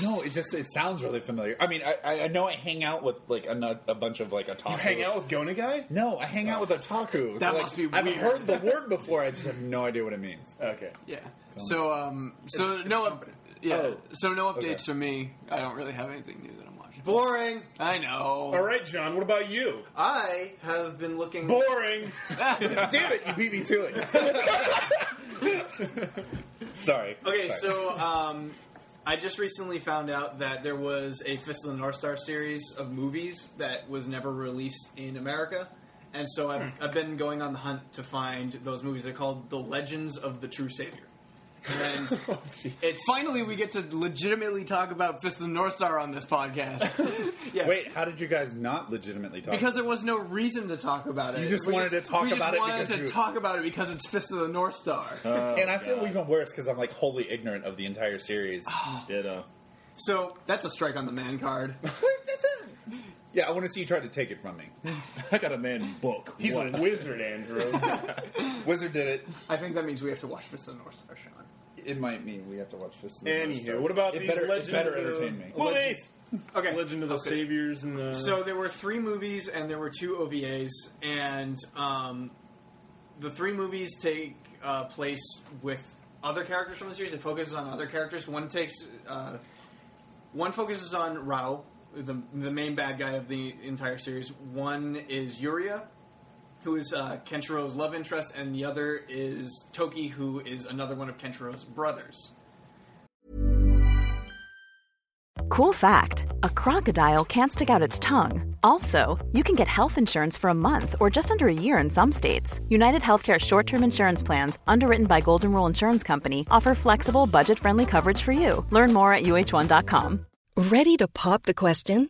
D: No, it just it sounds really familiar. I mean, I- I, I know I hang out with like a, nu- a bunch of like otaku.
B: You hang out with Gona guy?
D: No, I hang out with otaku. So,
A: That
D: like,
A: must be
D: I've
A: weird.
D: heard the word before. I just have no idea what it means.
B: Okay.
A: yeah. So um, so no up, yeah.
D: Oh.
A: So no updates
D: Okay.
A: from me. I don't really have anything new that I'm watching.
C: Boring.
A: I know.
B: All right, John. What about you?
C: I have been looking.
B: Boring.
D: Damn it! You beat me to it. Sorry.
C: Okay,
D: Sorry.
C: so um, I just recently found out that there was a Fist of the North Star series of movies that was never released in America. And so I've,
A: Hmm.
C: I've been going on the hunt to find those movies. They're called The Legends of the True Savior. And it's
A: Finally, we get to legitimately talk about Fist of the North Star on this podcast
C: yeah.
D: wait, how did you guys not legitimately talk?
A: because there was no reason to talk about it.
D: You just wanted to talk
A: we just
D: about it
A: wanted
D: because
A: to
D: you-
A: talk about it because it's Fist of the North Star.
E: Oh,
D: and I feel even worse because I'm like wholly ignorant of the entire series.
E: Ditto.
A: so that's a strike on the man card.
D: yeah, I want to see you try to take it from me.
E: I got a man book.
B: He's
E: What?
B: a wizard, Andrew.
D: Wizard did it.
A: I think that means we have to watch Fist of the North Star, Sean.
D: It might mean we have to watch Fist. of the North Star.
B: Anywho, what about
D: it
B: these
D: better, it
B: legends?
D: better entertain me.
B: Please.
C: Okay.
B: Legend of the
C: Okay.
B: Saviors and the.
C: So there were three movies and there were two OVAs, and um, the three movies take uh, place with other characters from the series. It focuses on other characters. One takes uh, one focuses on Rao, the the main bad guy of the entire series. One is Yuria, who is uh, Kenshiro's love interest, and the other is Toki, who is another one of Kenshiro's brothers.
F: Cool fact a crocodile can't stick out its tongue. Also, you can get health insurance for a month or just under a year in some states. United Healthcare short term insurance plans, underwritten by Golden Rule Insurance Company, offer flexible, budget friendly coverage for you. Learn more at uh1.com.
G: Ready to pop the question?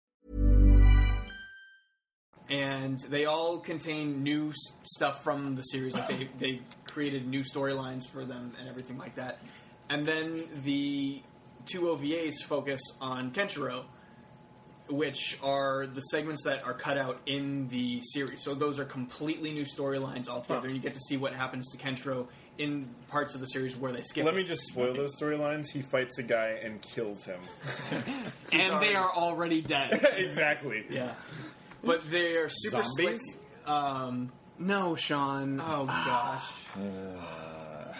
C: and they all contain new s- stuff from the series. Like they they created new storylines for them and everything like that. And then the two OVAs focus on Kenshiro, which are the segments that are cut out in the series. So those are completely new storylines altogether, and you get to see what happens to Kenshiro in parts of the series where they skip.
B: Let
C: it.
B: me just spoil those storylines. He fights a guy and kills him.
A: and they are already dead.
B: exactly.
C: yeah. But they are super
B: Zombies?
C: slick. Um,
A: no, Sean. Ah.
C: oh gosh.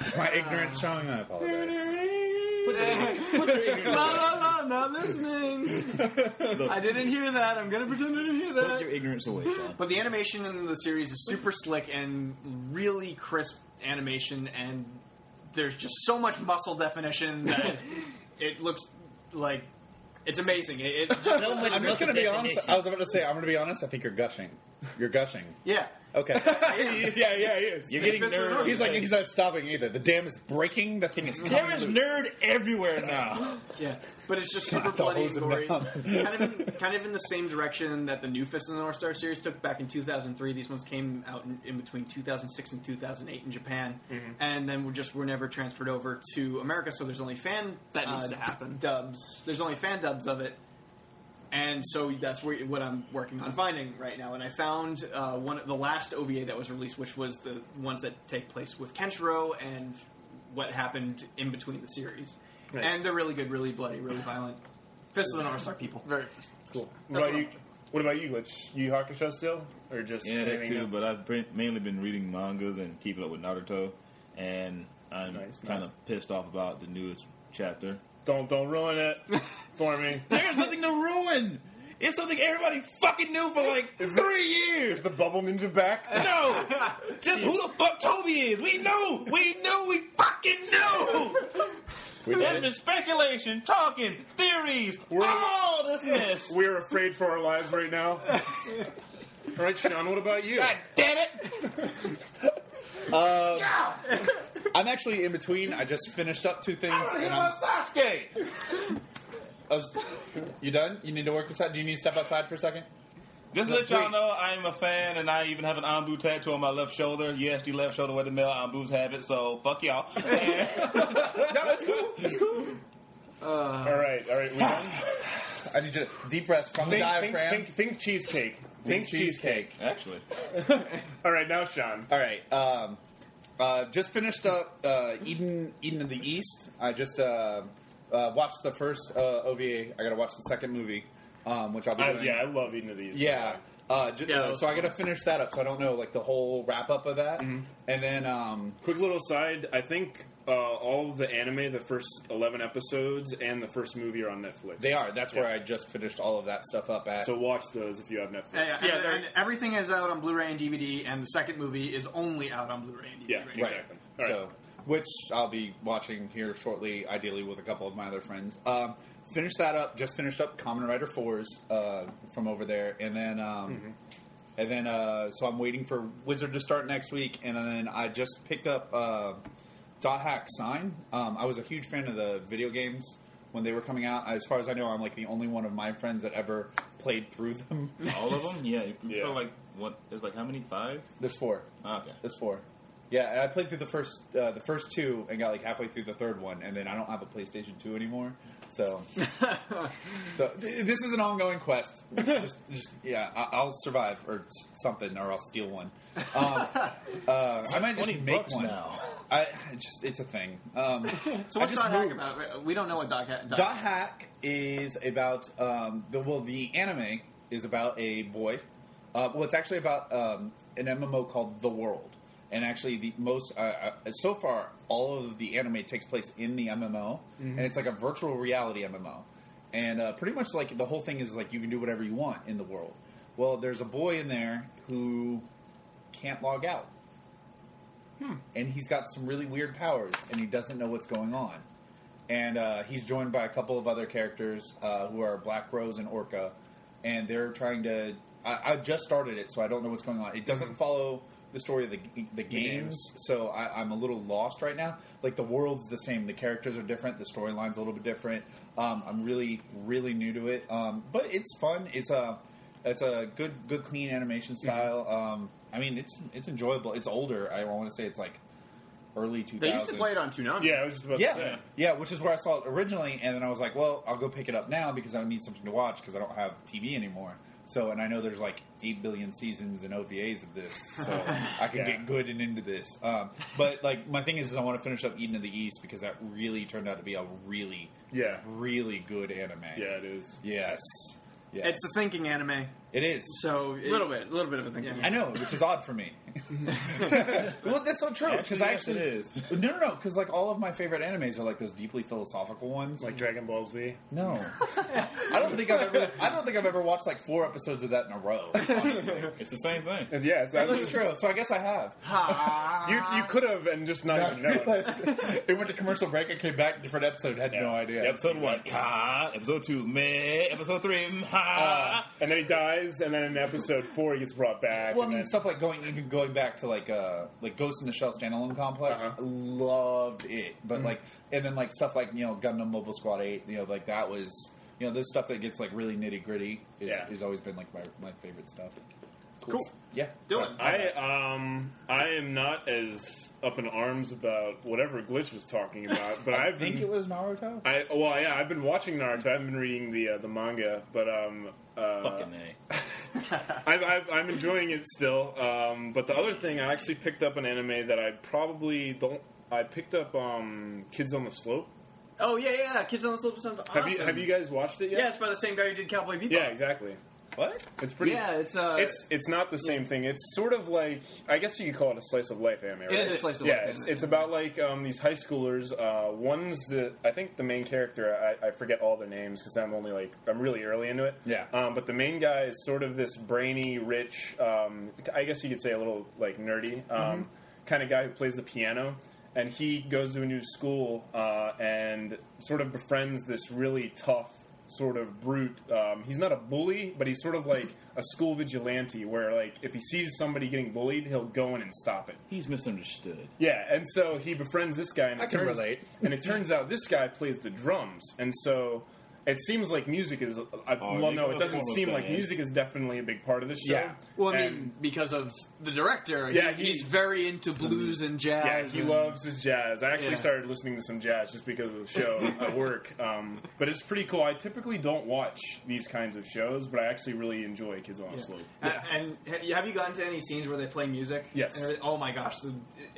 D: It's my ignorant tongue. I apologize.
A: la la la, not listening. I didn't hear that. I'm gonna pretend I didn't hear
E: Put your
A: that.
E: ignorance away, John.
C: But the animation in the series is super slick and really crisp animation, and there's just so much muscle definition that it looks like it's amazing. It, it just,
D: I'm just gonna be honest. I was about to say I'm gonna be honest. I think you're gushing. You're gushing.
C: yeah,
D: Okay.
B: yeah, yeah, he is.
E: You're getting
C: It's Mr.
E: nerd.
C: North
D: he's like he's not stopping either. The dam is breaking. The thing is coming.
E: there is
D: loose.
E: nerd everywhere now.
C: yeah. But it's just super
D: to
C: bloody
D: hose
C: and
D: him
C: gory.
D: down.
C: kind, of in, kind of in the same direction that the new Fist of the North Star series took back in 2003. These ones came out in, in between 2006 and 2008 in Japan,
A: Mm-hmm.
C: and then were just were never transferred over to America. So there's only fan
A: That needs
C: uh,
A: to happen.
C: Dubs. There's only fan dubs of it. And so that's where, what I'm working on finding right now. And I found uh, one of the last OVA that was released, which was the ones that take place with Kenshiro and what happened in between the series. And they're really good, really bloody, really violent. Fist of the North Star people.
A: Very
B: Cool. What
C: That's
B: about
C: what
B: you? What about you, Glitch? You Hakusho still, or just
E: Yeah, that
B: anything
E: too.
B: else?
E: But I've been, mainly been reading mangas and keeping up with Naruto, and I'm
B: Nice,
E: kind of
B: nice.
E: pissed off about the newest chapter.
B: don't don't ruin it for me.
E: There's nothing to ruin. It's something everybody fucking knew for like three years.
B: Is the bubble ninja back?
E: No, just who the fuck Toby is. We know. We know. We fucking know.
B: We
E: There's
B: did.
E: been speculation, talking, theories,
B: We're-
E: all this mess.
B: We're afraid for our lives right now. All right, Sean. What about you?
E: God damn it!
D: I'm actually in between. I just finished up two things.
C: Oh,
D: and I'm-
E: Sasuke.
D: I was, you done? You need to work this out? Do you need to step outside for a second?
E: Just to let y'all know, I'm a fan, and I even have an Ambu tattoo on my left shoulder. Yes, the left shoulder where the male Ambus have it. So fuck y'all. And-
B: All right, all right. We done?
D: I need you to deep breath from the
B: think, think,
D: diaphragm.
B: think, think cheesecake. Think, cheesecake.
E: Actually,
B: All right, now Sean.
D: All right. Um, uh, just finished up uh, Eden Eden of the East. I just uh, uh, watched the first uh, OVA. I got to watch the second movie, um, which I'll be
B: I,
D: doing.
B: Uh, yeah, I love eating these.
D: Yeah. Uh, ju-
C: Yeah,
D: uh,
C: that was
D: so I got to finish that up. So I don't know like the whole wrap up of that,
B: Mm-hmm.
D: and then um,
B: Quick little side. I think uh, all of the anime, the first eleven episodes, and the first movie are on Netflix.
D: they are. That's where
B: Yeah.
D: I just finished all of that stuff up at.
B: So watch those if you have Netflix.
C: Yeah,
A: Yeah,
C: and,
A: they're-
C: and everything is out on Blu-ray and DVD, and the second movie is only out on Blu-ray and DVD.
B: Yeah,
C: right now.
D: right.
B: exactly. All right.
D: So which I'll be watching here shortly, ideally with a couple of my other friends. Um, finished that up. Just finished up Common Rider Fours uh, from over there, and then. Um,
B: Mm-hmm.
D: And then, uh, so I'm waiting for Wizard to start next week. And then I just picked up uh, Dot Hack Sign. Um, I was a huge fan of the video games when they were coming out. As far as I know, I'm like the only one of my friends that ever played through them.
E: all of them. Yeah,
B: Yeah.
E: yeah. like what? There's like how many? Five.
D: There's four.
E: Ah, Okay.
D: There's four. Yeah, and I played through the first uh, the first two and got like halfway through the third one, and then I don't have a PlayStation Two anymore. So, so th- this is an ongoing quest. Just, just yeah, I- I'll survive or s- something, or I'll steal one. Um, uh, I might just
E: 20
D: make
E: bucks
D: one
E: now.
D: I I just it's a thing. Um,
C: So
D: I
C: what's
D: just
C: Dot Hack
D: moved.
C: about? We don't know what Dot Hack. Dot,
D: Dot Hack is about um, the well, the anime is about a boy. Uh, well, it's actually about um, an MMO called The World, and actually the most uh, uh, so far all of the anime takes place in the MMO, and it's like a virtual reality MMO, and uh, pretty much like the whole thing is like you can do whatever you want in the world. Well, there's a boy in there who can't log out. And he's got some really weird powers, and he doesn't know what's going on. And uh, he's joined by a couple of other characters uh, who are Black Rose and Orca, and they're trying to. I, I just started it, so I don't know what's going on. It
A: Mm-hmm.
D: doesn't follow the story of the the, games, so I, I'm a little lost right now. Like the world's the same, the characters are different, the storyline's a little bit different. Um, I'm really, really new to it, um, but it's fun. It's a it's a good, good, clean animation
A: Mm-hmm.
D: style. Um, I mean, it's it's enjoyable. It's older. I want to say it's like early 2000s.
A: They used to play it on Toonami.
B: Yeah, I was just about to
D: Yeah,
B: say.
D: yeah, which is where I saw it originally, and then I was like, well, I'll go pick it up now because I need something to watch because I don't have TV anymore. So, and I know there's like eight billion seasons and OVAs of this, so I can
B: Yeah.
D: get good and into this. Um, but like, my thing is, is I want to finish up Eden of the East because that really turned out to be a really,
B: Yeah.
D: really good anime.
B: Yeah, it is.
D: Yes. Yes.
C: It's a thinking anime,
D: it is.
C: so
A: a little bit, a little bit of a thing.
D: I know, which is odd for me. well, that's so true because I
E: Actually,
D: actually
E: yes, it
D: no, no, no. Because like all of my favorite animes are like those deeply philosophical ones.
B: Like Dragon Ball Z.
D: no, I don't think I've ever. I don't think I've ever watched like four episodes of that in a row. Honestly,
E: It's the same thing.
B: Yeah, it's,
D: that's true. So I guess I have.
B: you you could have and just not even know.
D: it went to commercial break. I came back, different episode. Had no idea.
E: Episode one, ka. Episode two, meh. Episode three, ha.
B: And then he dies, and then in episode four he gets brought back.
D: Well, I
B: and
D: mean,
B: then-
D: stuff like going even going back to like uh like Ghost in the Shell standalone complex,
B: Uh-huh.
D: loved it. But like, and then like stuff like you know Gundam Mobile Squad Eight, you know, like that was you know this stuff that gets like really nitty gritty is
B: Yeah.
D: is always been like my my favorite stuff. Cool. Yeah.
C: Dylan.
B: I um I am not as up in arms about whatever Glitch was talking about, but
D: I
B: I've
D: think
B: been,
D: it was Naruto.
B: I well yeah I've been watching Naruto. I've been reading the uh, the manga, but um uh,
E: Fucking A.
B: I've, I've, I'm enjoying it still. Um, but the other thing, I actually picked up an anime that I probably don't. I picked up um, Kids on the Slope.
C: oh yeah, yeah. Kids on the Slope sounds awesome.
B: Have you Have you guys watched it yet?
C: Yeah, it's by the same guy who did Cowboy Bebop.
B: Yeah, exactly.
E: What?
B: It's pretty.
A: Yeah, it's, uh,
B: it's it's not the same thing. It's sort of like I guess you could call it a slice of life anime. Right?
A: It is a slice of
B: yeah,
A: life
B: It's,
A: anime.
B: it's about like um, these high schoolers. Uh, one's the I think the main character. I, I forget all their names because I'm only like I'm really early into it.
D: Yeah.
B: Um, but the main guy is sort of this brainy, rich. Um, I guess you could say a little like nerdy um, kind of guy who plays the piano. And he goes to a new school uh, and sort of befriends this really tough sort of brute. Um, he's not a bully, but he's sort of like a school vigilante, where like if he sees somebody getting bullied, he'll go in and stop it.
E: He's misunderstood.
B: Yeah, and so he befriends this guy, and it
D: can
B: turns,
D: relate.
B: And it turns out this guy plays the drums, and so. It seems like music is. I, well,
E: they
B: no,
E: got
B: it
E: a
B: doesn't
E: form of
B: seem like
E: band.
B: music is definitely a big part of the show.
D: Yeah.
A: Well, I
B: And-
A: mean, because of the director,
B: Yeah,
A: yeah,
B: he-
A: he's very into blues and jazz.
B: Yeah, he
A: and-
B: loves his jazz. I actually
A: Yeah.
B: started listening to some jazz just because of the show at work. Um, but it's pretty cool. I typically don't watch these kinds of shows, but I actually really enjoy Kids on a Slope.
A: Uh,
C: A- And ha- have you gotten to any scenes where they play music?
B: Yes.
C: And everything- Oh my gosh, the,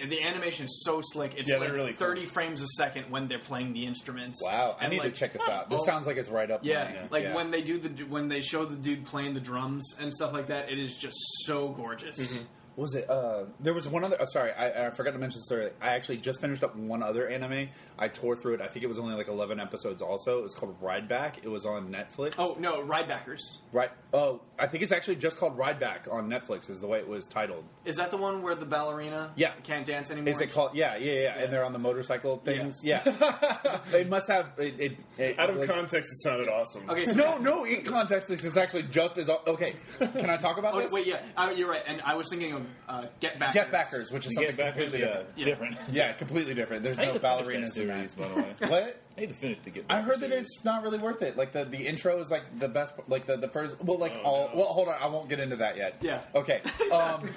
C: the animation is so slick. It's
B: Yeah, they're
C: like
B: really cool.
C: 30 frames a second when they're playing the instruments.
D: Wow, I
C: And
D: need
C: like-
D: to check this out. This
C: Oh,
D: sounds like it's right up.
C: Yeah,
D: mine.
C: like
D: Yeah.
C: when they do the du- when they show the dude playing the drums and stuff like that, it is just so gorgeous.
B: Mm-hmm.
D: was it? Uh, there was one other. Oh, sorry, I, I forgot to mention this earlier. I actually just finished up one other anime. I tore through it. I think it was only like eleven episodes. Also, it was called Ride Back. It was on Netflix.
C: Oh no, Ridebackers
D: right. Oh, I think it's actually just called Ride Back on Netflix. Is the way it was titled.
C: is that the one where the ballerina
D: Yeah.
C: can't dance anymore?
D: Is it called? Yeah, yeah, yeah. And they're on the motorcycle things. Yeah, it must have. It, it, it
B: Out of
D: like-
B: context, it sounded awesome.
C: Okay, so
D: No, no. In context, this is actually just as okay. Can I talk about
C: Oh,
D: this?
C: wait, yeah, uh, you're right. And I was thinking of uh, Get Backers.
D: Get Backers, which is something
E: Get back with
D: completely
E: uh,
D: different.
E: different.
D: Yeah, completely different. There's
E: I
D: no
E: need to finish that
D: ballerinas in that.
E: series, by the way.
D: What?
E: I need to finish to get.
D: I
E: back
D: heard
E: to
D: that
E: series.
D: it's not really worth it. Like the, the intro is like the best, like the, the first. Well, like
B: Oh,
D: all. Well, hold on, I won't get into that yet.
C: Yeah.
D: Okay. Um,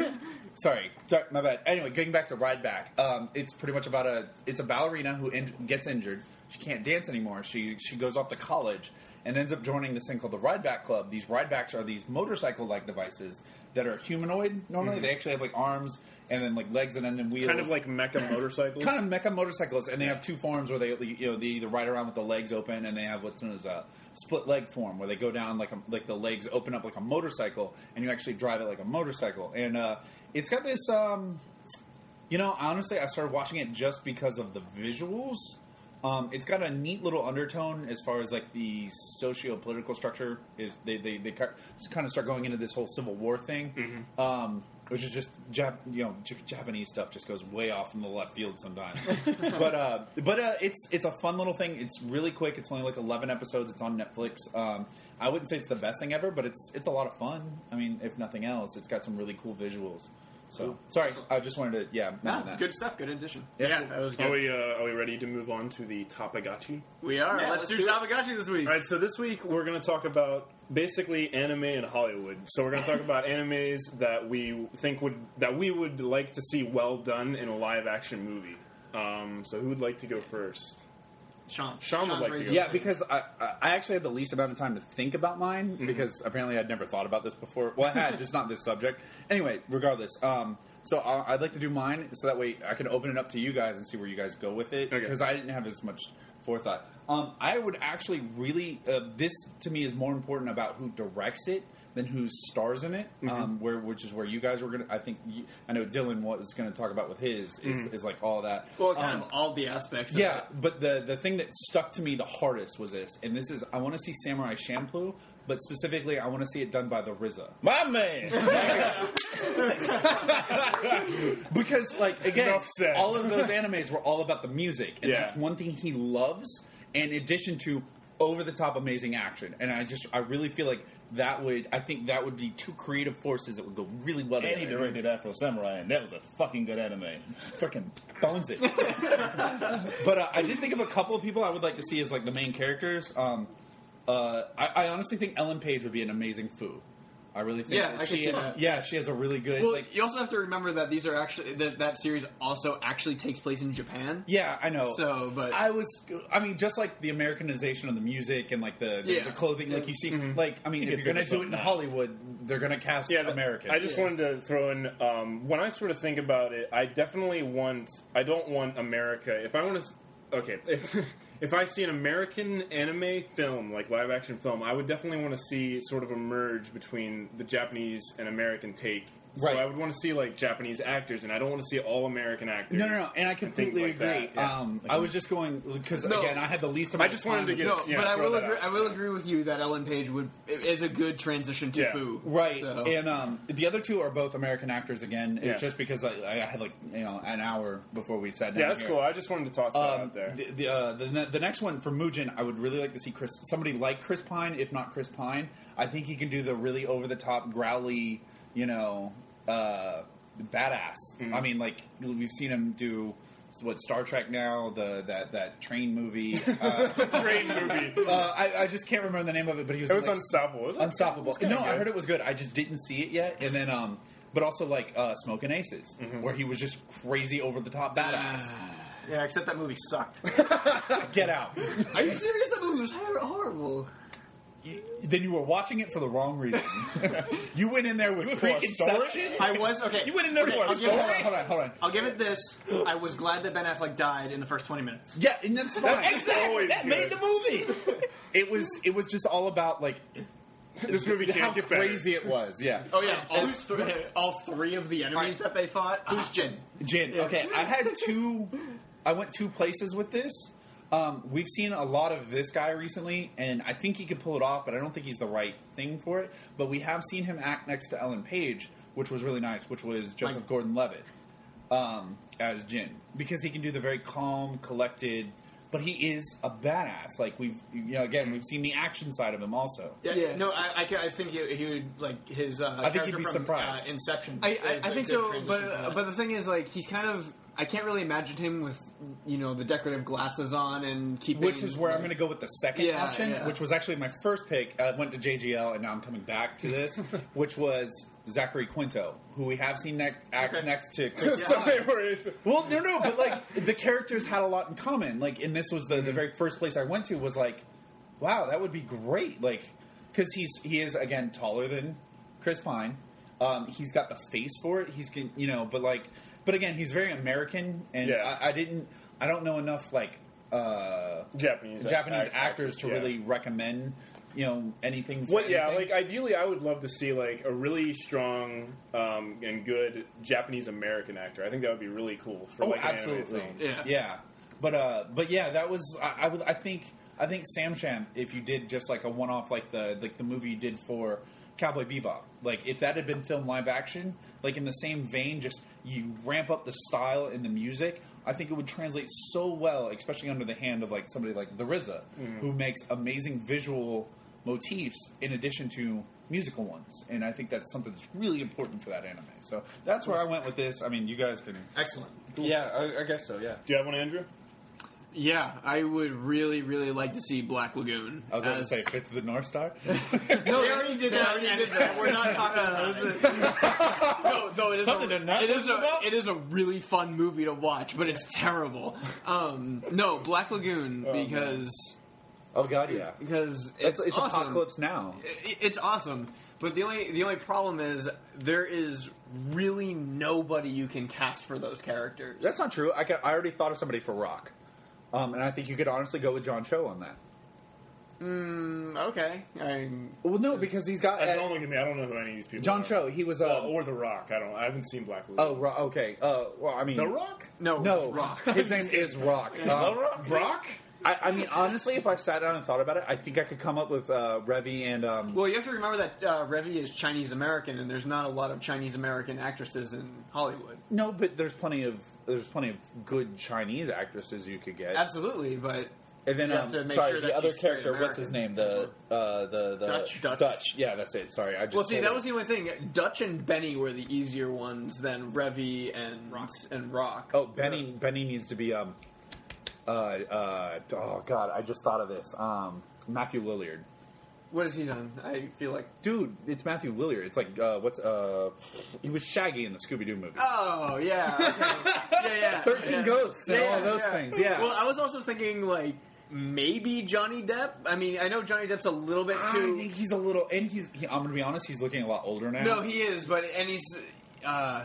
D: sorry, sorry, my bad. Anyway, getting back to Ride Back, um, it's pretty much about a it's a ballerina who in, gets injured. She can't dance anymore. She she goes off to college and ends up joining this thing called the Ride Back Club. These Ride Backs are these motorcycle like devices that are humanoid. Normally, they actually have like arms and then like legs and then wheels
B: Mm-hmm. Kind of like mecha motorcycles.
D: kind of mecha motorcycles, and they have two forms where they you know they either ride around with the legs open, and they have what's known as a split leg form where they go down like a, like the legs open up like a motorcycle, and you actually drive it like a motorcycle, and uh, it's got this. Um, you know, honestly, I started watching it just because of the visuals. Um, it's got a neat little undertone as far as like the socio-political structure is. They they, they kind of start going into this whole civil war thing, um, which is just Jap- you know J- Japanese stuff just goes way off in the left field sometimes. but uh, but uh, it's it's a fun little thing. It's really quick. It's only like eleven episodes. It's on Netflix. Um, I wouldn't say it's the best thing ever, but it's it's a lot of fun. I mean, if nothing else, it's got some really cool visuals. So sorry, I just wanted to yeah.
A: Ah,
C: No,
D: mention that.
C: good stuff. Good addition.
A: Yeah, that was
B: Are
A: good.
B: we, uh, are we ready to move on to the Tapagachi?
C: We are.
A: Yeah,
C: let's,
A: let's
C: do,
A: do it.
C: Tamagotchi this week.
B: All right, so this week we're going to talk about basically anime in Hollywood. So we're going to talk about animes that we think would that we would like to see well done in a live action movie. Um, so who would like to go first?
C: Sean.
B: Sean would
C: Sean's
B: like to go.
C: raising
D: Yeah,
C: his hand.
D: because I, I I actually had the least amount of time to think about mine
C: Mm-hmm.
D: because apparently I'd never thought about this before. Well, I had, just not this subject. Anyway, regardless, um, so I, I'd like to do mine so that way I can open it up to you guys and see where you guys go with it
B: Okay.
D: because I didn't have as much forethought. Um, I would actually really uh, this to me is more important about who directs it than who stars in it.
C: Mm-hmm.
D: Um, where which is where you guys were gonna. I think you, I know Dylan was going to talk about with his is, is like all that.
C: Mm-hmm. well, kind
D: Um,
C: of all the aspects. Of
D: yeah,
C: it.
D: but the the thing that stuck to me the hardest was this, and this is I want to see Samurai Champloo, but specifically I want to see it done by the RZA
E: my man.
D: because like again,
B: Enough said.
D: all of those animes were all about the music, and
B: Yeah.
D: that's one thing he loves. In addition to over the top amazing action, and I just I really feel like that would I think that would be two creative forces that would go really well
E: and he
D: together.
E: directed Afro Samurai, and that was a fucking good anime.
D: fucking bones it. but uh, I did think of a couple of people I would like to see as like the main characters. Um, uh, I, I honestly think Ellen Page would be an amazing foo. I really think
A: Yeah, I
D: she,
A: could see that.
D: yeah, she has a really good
A: Well,
D: like
A: you also have to remember that these are actually that that series also actually takes place in Japan.
D: Yeah, I know.
A: So, but-
D: I was, I mean, just like the Americanization of the music and like the the,
A: Yeah. Mm-hmm.
D: the clothing, like you see, like I mean, if
E: could
D: you're gonna
E: figure
D: do it in
E: something out.
D: Hollywood, they're gonna cast
B: but
D: American.
B: I just wanted to throw in um, when I sort of think about it. I definitely want. I don't want America. If I want to, okay. If, if I see an American anime film, like live action film, I would definitely want to see sort of a merge between the Japanese and American take.
D: Right.
B: So I would want to see like Japanese actors, and I don't want to see all American actors.
D: No, no, no, and I
B: things
D: completely
B: like that,
D: agree.
B: yeah.
D: um,
B: Like,
D: I was just going because
A: No.
D: again, I had the least. Amount
B: I just
D: of time
B: wanted to get-
D: with
A: No,
D: this.
B: Yeah,
A: but I
B: throw
A: will
B: that
A: agree.
B: out.
A: I will agree with you that Ellen Page would is a good transition to
B: Yeah.
A: Fu.
D: Right,
A: So-
D: and um, the other two are both American actors again. It's
B: Yeah.
D: just because I, I had like you know an hour before we sat down.
B: yeah, that's
D: here.
B: cool. I just wanted to toss that
D: Um,
B: out there.
D: the the, uh, the ne- the next one for Mugen, I would really like to see Chris somebody like Chris Pine, if not Chris Pine. I think he can do the really over the top, growly, you know, uh, badass.
B: Mm-hmm.
D: I mean, like we've seen him do what Star Trek now, the that that train movie. Uh,
B: Train movie.
D: uh, I, I just can't remember the name of it, but he was
B: it was
D: like,
B: unstoppable. wasn't it?
D: Unstoppable.
B: It was
D: No,
B: kinda
D: I
B: good.
D: heard it was good. I just didn't see it yet. And then, um, but also like uh, Smoking Aces,
B: Mm-hmm.
D: where he was just crazy over the top badass.
C: Yeah, except that movie sucked.
D: Get out.
A: Are you serious? That movie was hor- horrible.
D: then you were watching it for the wrong reason. you went in there with
E: For a
D: preconceptions.
C: I was okay.
E: You went in there
C: okay,
E: for a
C: I'll give it-
E: story?
D: Hold on, hold on.
C: I'll give it this. I was glad that Ben Affleck died in the first twenty minutes.
D: Yeah, and that's fine.
B: That's just
D: exactly.
B: always
D: That
B: good.
D: made the movie. it was. It was just all about like
B: This movie can't
D: how
B: get better.
D: crazy it was. Yeah.
C: Oh yeah,
A: All, th- all three of the enemies that they fought. Ah.
C: who's Jin?
D: Jin. Okay, I had two. I went two places with this. Um, we've seen a lot of this guy recently, and I think he could pull it off, but I don't think he's the right thing for it. But we have seen him act next to Ellen Page, which was really nice, which was Joseph Gordon Levitt um, as Jin, because he can do the very calm, collected. But he is a badass. Like we've, you know, again, we've seen the action side of him also.
C: Yeah,
A: Yeah.
C: no, I, I, ca- I think he, he would like his. Uh,
D: think he'd
C: character
D: be
C: from,
D: surprised.
C: Uh, Inception.
A: I,
C: is
A: I, I
C: a good
A: think so,
C: transition
A: but
C: from
A: uh,
C: that.
A: but the thing is, like, he's kind of. I can't really imagine him with, you know, the decorative glasses on and keeping.
D: Which is where I'm going to go with the second
A: Yeah,
D: option,
A: yeah.
D: which was actually my first pick. I went to JGL, and now I'm coming back to this, which was Zachary Quinto, who we have seen ne- acts next to Chris.
B: So they were-
D: Well, no, no, but like the characters had a lot in common. Like, and this was the, the very first place I went to was like, wow, that would be great. Like, because he's he is again taller than Chris Pine. Um, he's got the face for it. He's can you know, but like, but again, he's very American, and
B: Yeah.
D: I, I didn't, I don't know enough like. Uh,
B: Japanese
D: Japanese
B: act-
D: actors to
B: yeah.
D: really recommend, you know, anything. for
B: What? Yeah,
D: anything.
B: like ideally, I would love to see like a really strong um, and good Japanese American actor. I think that would be really cool. For,
D: oh,
B: like, an anime
D: absolutely,
B: film.
D: yeah, yeah. But uh, but yeah, that was I, I would I think I think Sam Sham if you did just like a one off like the like the movie you did for Cowboy Bebop, like if that had been filmed live action, like in the same vein, just you ramp up the style and the music. I think it would translate so well, especially under the hand of like somebody like the RZA,
B: Mm.
D: who makes amazing visual motifs in addition to musical ones. And I think that's something that's really important for that anime. So that's where I went with this. I mean, you guys can.
C: excellent.
D: Yeah, I, I guess so. Yeah.
B: Do you have one, Andrew?
A: Yeah, I would really, really like to see Black Lagoon.
D: I was going to
A: as-
D: say Fifth of the North Star.
A: No, they already did that. Already did that. We're not talking about it. No, no, it is
E: Something
A: a,
E: to not
A: it is
E: talk
A: a-
E: about?
A: It is a really fun movie to watch, but it's terrible. Um, no, Black Lagoon because
D: oh God, yeah.
A: because
D: It's,
A: it's,
D: it's
A: awesome.
D: apocalypse now.
A: I- It's awesome, but the only the only problem is there is really nobody you can cast for those characters.
D: That's not true. I, got, I already thought of somebody for Rock, um, and I think you could honestly go with John Cho on that.
A: Mm, okay. I
D: Well, no, because he's got uh,
B: That's the only me. I don't know who any of these people.
D: John
B: are.
D: Cho. He was. Uh,
B: Well, or The Rock. I don't. I haven't seen Black Widow.
D: oh, Ro- okay. Uh, well, I mean,
B: The Rock.
A: No,
D: No,
A: it's Rock.
D: His name is Rock. Um,
B: Brock.
D: I, I mean, honestly, if I sat down and thought about it, I think I could come up with uh, Revy and um,
A: Well, you have to remember that uh, Revy is Chinese American, and there's not a lot of Chinese American actresses in Hollywood.
D: no, but there's plenty of there's plenty of good Chinese actresses you could get.
A: Absolutely, but
D: And then
A: you have
D: um,
A: to make
D: sorry,
A: sure
D: the
A: that
D: other
A: she's straight
D: character, what's his name?
A: American.
D: The uh, the, the
A: Dutch. Dutch.
D: Yeah, that's it. Sorry, I just
A: well, see,
D: said
A: that
D: it.
A: was e- the only thing. Dutch and Benny were the easier ones than Revy and Rock. and Rock.
D: Oh, Benny. Benny needs to be. Um, uh, uh, oh God, I just thought of this. Um, Matthew Lilliard.
A: What has he done? I feel like.
D: Dude, it's Matthew Lillard. It's like uh, what's uh, he was Shaggy in the Scooby Doo movie.
A: Oh yeah, okay. yeah, yeah.
D: Thirteen
A: yeah.
D: Ghosts and
A: Yeah,
D: all those
A: yeah.
D: things. Yeah.
A: Well, I was also thinking like maybe Johnny Depp. I mean, I know Johnny Depp's a little bit
D: I
A: too.
D: think he's a little, and he's. He, I'm gonna be honest. He's looking a lot older now.
A: No, he is, but and he's uh,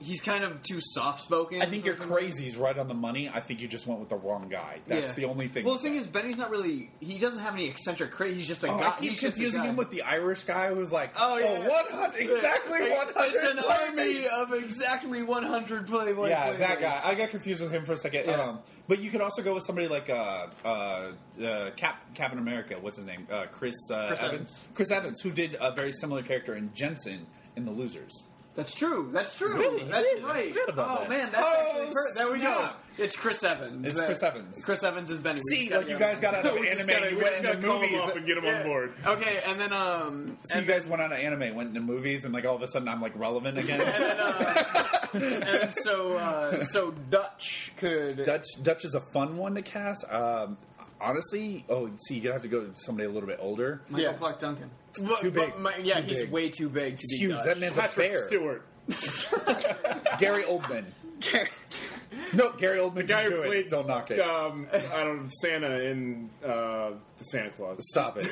A: he's kind of too soft spoken.
D: I think you're crazy. He's right on the money. I think you just went with the wrong guy. That's the only thing.
A: Well, the
D: with
A: thing
D: that.
A: is, Benny's not really. He doesn't have any eccentric crazy. He's just a
D: Oh, I
A: guy.
D: keep
A: he's just a
D: confusing
A: guy.
D: him with the Irish guy who's like,
A: Oh, yeah, yeah.
D: what hun- exactly
A: It-
D: one hundred.
A: It's an army uh, of exactly 100 Playboy.
D: Yeah, that
A: Playboys.
D: guy. I got confused with him for a second.
A: Yeah.
D: Um, but you could also go with somebody like uh, uh, uh, Cap Captain America. What's his name? Uh, Chris, uh,
A: Chris
D: Evans.
A: Evans.
D: Chris Evans, who did a very similar character in Jensen in The Losers.
A: That's true. That's true.
D: Really?
A: That's
D: Really? I
A: right.
D: forgot about
A: oh
D: that.
A: man, that's
D: Oh,
A: actually per- there we go.
D: snap.
A: It's Chris Evans.
D: It's
A: Uh,
D: Chris Evans.
A: Chris Evans is Benny. We
D: See,
A: just gotta
D: like you
A: get
D: guys
A: him.
D: got out of
B: We just
D: anime,
B: gotta-
D: and you
B: we
D: went
B: just
D: into
B: gotta call him
D: movies.
B: up and get him on board.
A: Okay, and then um,
D: So you guys went on an anime, went into movies, and like all of a sudden I'm like relevant again.
A: and so uh, so Dutch could
D: Dutch Dutch is a fun one to cast. Um, honestly, oh, see, you're gonna have to go to somebody a little bit older.
A: yeah.
C: Clark Duncan.
A: But-
D: Too
A: but
D: big.
A: my- yeah,
D: Too
A: he's
D: big.
A: way too big to
D: It's
A: be
D: huge.
A: Dutch.
D: That man's a
B: Patrick
D: bear.
B: Stewart,
D: Gary Oldman. no, Gary Oldman.
B: guy
D: can
B: who
D: do it.
B: played
D: Don't knock it.
B: Um, I don't know, Santa in uh, the Santa Claus.
D: Stop it.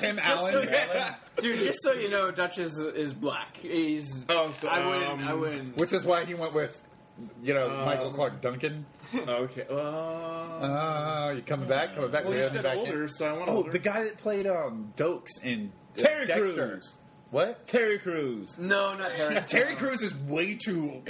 D: Tim Allen.
A: so- Dude, just so you know, Dutch is is black. He's
B: Oh, so,
A: I wouldn't.
B: um,
A: I wouldn't.
D: Which is why he went with, you know, Michael Clark Duncan.
B: Okay, uh,
D: Ah, you coming back? Coming back?
B: well, you
D: coming
B: said
D: back in.
B: older, so I want
D: Oh,
B: older.
D: the guy that played um Dokes in uh,
B: Terry
D: Dexter.
B: Crews.
D: What? Terry Crews.
A: No, not Harry.
D: Terry Crews is way too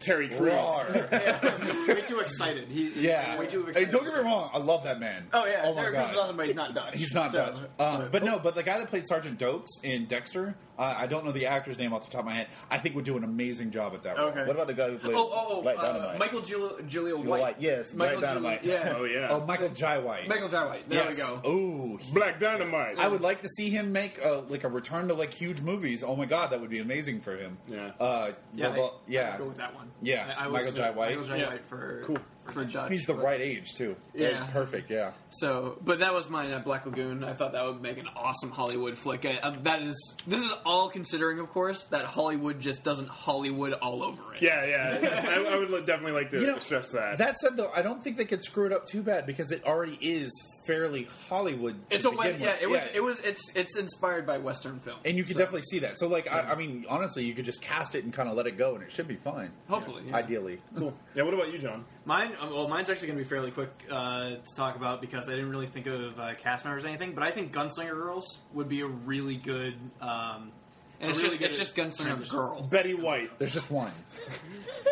B: Terry Crews.
D: raw.
A: way too excited. He, he's
D: yeah.
A: way too
D: Hey,
A: excited.
D: don't get me wrong. I love that man.
A: Oh yeah,
D: Oh
A: Terry
D: my
A: Crews is
D: god.
A: awesome, but he's not Dutch.
D: He's not
A: So- uh, oh,
D: Dutch. Um, but no, but the guy that played Sergeant Dokes in Dexter, uh, I don't know the actor's name off the top of my head. I think would do an amazing job at that role.
A: Okay.
H: What about the guy who played
A: Oh, oh, oh
H: Light
A: uh,
H: Dynamite?
A: Michael Gil- Julia White.
H: White, yes,
A: Michael
H: White Dynamite.
A: Gil- yeah.
B: Oh yeah,
D: Oh, Michael Jai White.
A: Michael J. White. There
D: Yes. Oh,
A: we go.
D: Ooh, he-
B: Black Dynamite.
D: I would like to see him make uh like a return to like huge movies. Oh my god, that would be amazing for him.
B: Yeah.
D: Uh,
A: Yeah,
D: well, well,
A: I,
D: yeah.
A: I'd go with that one.
D: Yeah,
A: I, I would
D: Michael
A: say
D: Jai White.
A: Michael Jai
D: Yeah.
A: White for
D: Cool.
A: for Judge.
D: He's the
A: but-
D: right age too.
A: Yeah.
D: That's perfect. Yeah.
A: So, but that was mine at Black Lagoon. I thought that would make an awesome Hollywood flick. I, I, that is, this is all considering, of course, that Hollywood just doesn't Hollywood all over it.
B: yeah, yeah. I, I would li- definitely like to
D: You know,
B: stress that.
D: That said, though, I don't think they could screw it up too bad because it already is fairly Hollywood. To
A: it's a
D: begin
A: West,
D: with.
A: yeah. It was, it was, it's, it's inspired by Western film,
D: And you can definitely see that. So, like, I, I mean, honestly, you could just cast it and kind of let it go, and it should be fine.
A: Hopefully, yeah.
D: ideally. Cool.
B: yeah. What about you, John?
C: Mine, um, well, mine's actually going to be fairly quick uh, to talk about because I didn't really think of uh, cast members or anything, but I think Gunslinger Girls would be a really good. Um,
A: and it's
C: really
A: just, it's just
C: good
A: Gunslinger
C: transition.
A: Girl.
B: Betty White.
D: There's just one.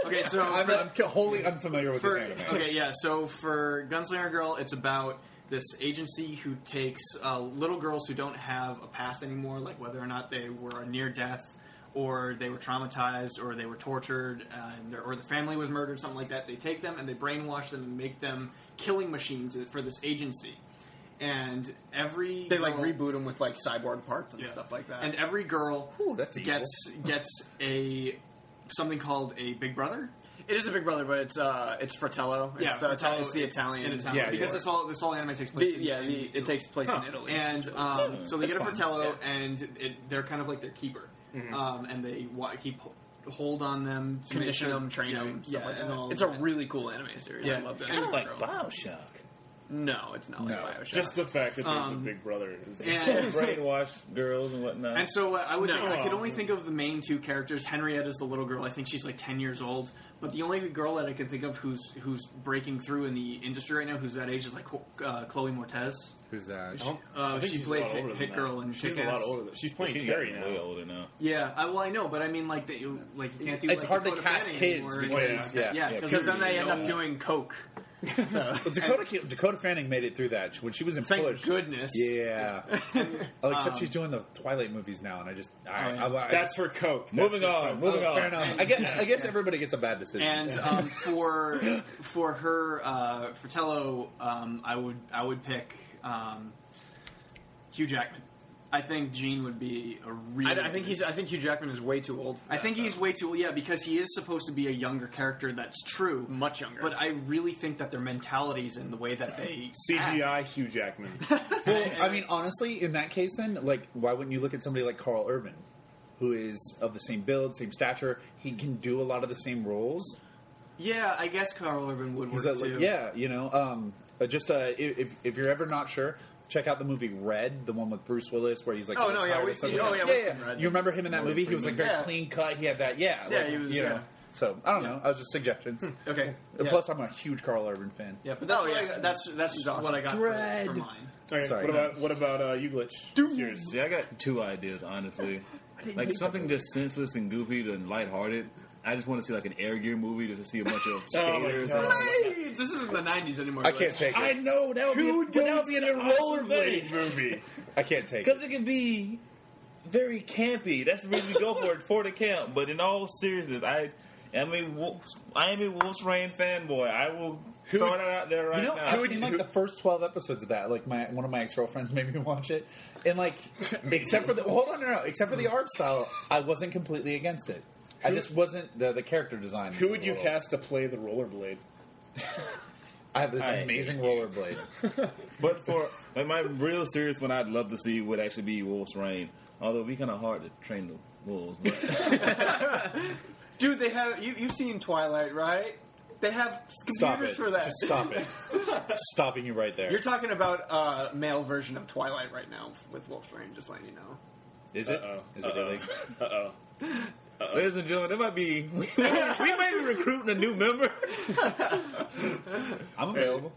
C: okay, so
D: I'm,
C: for-
D: I'm wholly unfamiliar with
C: for,
D: this anime.
C: okay, yeah. So for Gunslinger Girl, it's about this agency who takes uh, little girls who don't have a past anymore, like whether or not they were near death, or they were traumatized, or they were tortured, uh, and their, or the family was murdered, something like that. They take them and they brainwash them and make them killing machines for this agency. And every
A: They like
C: girl-
A: reboot them with like cyborg parts and stuff like that.
C: and every girl
D: that's evil.
C: gets gets a something called a Big Brother.
A: it is a Big Brother, but it's uh, it's Fratello. It's the,
C: Fratello,
A: it's the
C: it's
A: Italian.
C: in
D: Yeah,
C: because
D: yeah.
C: this all this all anime takes
A: The-
C: place. in,
A: yeah,
C: in
A: the, it
C: Italy.
A: takes place in Italy.
C: And um, so they
D: That's
C: get a
D: fun.
C: Fratello, and it, they're kind of like their keeper,
A: Mm-hmm.
C: um, and they wa- keep ho- hold on them, to make
A: condition
C: sure-
A: them, train
C: yeah,
A: them.
C: yeah,
A: stuff like
C: and
A: that.
C: all
A: It's a
C: that.
A: really cool anime series. I
C: Yeah.
A: love that.
C: It's kind
A: It's
H: like Bioshock.
A: no, it's not like
D: No.
A: Bioshock.
B: Just the fact that there's a Big Brother is
C: Um, and
H: Brainwashed girls and whatnot.
C: And so uh, I would
A: No.
C: think, I could only think of the main two characters. Henrietta's the little girl. I think she's like ten years old. But the only girl that I can think of who's who's breaking through in the industry right now, who's that age, is like uh, Chloe Mortez.
D: Who's that?
C: Uh,
B: I think
C: she
B: she's a
C: played
B: lot
C: Hit,
B: older than
C: Hit
B: that.
C: Girl and
B: she's a
C: Kick-Ass.
B: lot older. Than, she's playing
H: she's
B: Carrie
H: gotten
B: now.
H: way older now.
C: Yeah, I, well I know, but I mean like that you like you can't do.
D: It's
C: like,
D: hard to
C: Dakota
D: cast
C: Fanning
D: kids
C: anymore.
D: because-
C: yeah,
D: yeah, yeah,
A: because then they end
C: no-
A: up doing coke.
D: Well, Dakota Dakota Fanning made it through that when she was in
C: Thank
D: Push.
C: goodness.
D: Yeah. oh, except she's doing the Twilight movies now, and I just I, I, I,
B: That's her coke.
H: Moving
B: That's her
H: on,
B: coke. Oh,
H: moving
D: oh, Fair
H: on.
D: enough. I guess, I guess everybody gets a bad decision.
C: And um, for for her uh, Fratello, um, I would I would pick um, Hugh Jackman. I think Gene would be a really.
A: I, I think he's. I think Hugh Jackman is way too old. For
C: I
A: that,
C: think
A: though.
C: he's way too yeah because he is supposed to be a younger character. That's true,
A: Much younger.
C: But I really think that their mentalities and the way that they
B: CGI Hugh Jackman.
D: Well, I mean, honestly, in that case, then, like, why wouldn't you look at somebody like Carl Urban, who is of the same build, same stature? He can do a lot of the same roles.
C: yeah, I guess Carl Urban would work
D: Is that, like,
C: too.
D: yeah, you know, um, uh, just uh, i- if if you're ever not sure, check out the movie Red, the one with Bruce Willis, where he's like,
C: Oh,
D: a
C: no, yeah,
D: retired
C: we've seen-
D: assassin.
C: oh, yeah, we've seen Red.
D: You remember him in that movie? He was like very
C: Yeah.
D: clean cut. He had that, yeah,
C: Yeah,
D: like,
C: he was,
D: you know.
C: yeah.
D: So I don't know. I was just suggestions.
C: Okay.
D: Uh,
C: Yeah.
D: Plus, I'm a huge Carl Urban fan.
C: Yeah, but that's
A: Oh,
C: what
A: yeah.
C: I, that's that's what I got for- for,
D: Dread.
C: mine.
B: Okay,
D: Sorry.
B: what about what about uh, you glitch? Cheers.
E: See, I got two ideas, honestly. Like something just senseless and goofy and lighthearted. I just want to see like an air gear movie just to see a bunch of
B: Oh my
E: skaters.
B: God.
C: Hey, this isn't the '90s anymore.
D: I can't take
E: I
D: it.
E: know that would
B: Dude,
E: be, that would be an awesome
B: rollerblade
E: thing
B: movie.
D: I can't take it.
E: because it could be very campy. That's the reason we go for it for the camp. But in all seriousness, I am a Wolfs, I am a Wolf's Rain fanboy. I will throw that out there right
D: You know,
E: now.
D: I've seen like the first twelve episodes of that. Like my one of my ex girlfriends made me watch it, and like except for the hold on, no, no, except for the art style, I wasn't completely against it. I just wasn't the, the character design.
B: Who
D: was
B: would
D: a
B: you
D: little-
B: cast to play the rollerblade?
D: I have this
E: I-
D: amazing rollerblade.
E: But for like my real serious one, I'd love to see would actually be Wolf's Rain. Although we kind of hard to train the wolves. But
A: dude. They have you. You've seen Twilight, right? They have
D: Stop
A: computers
D: it!
A: for that.
D: Just stop it! Stopping you right there.
A: You're talking about uh, male version of Twilight right now with Wolfsbane. Just letting you know.
D: Is it?
B: Oh,
D: Is it really?
E: ladies and gentlemen, that might be we might be recruiting a new member.
D: I'm available.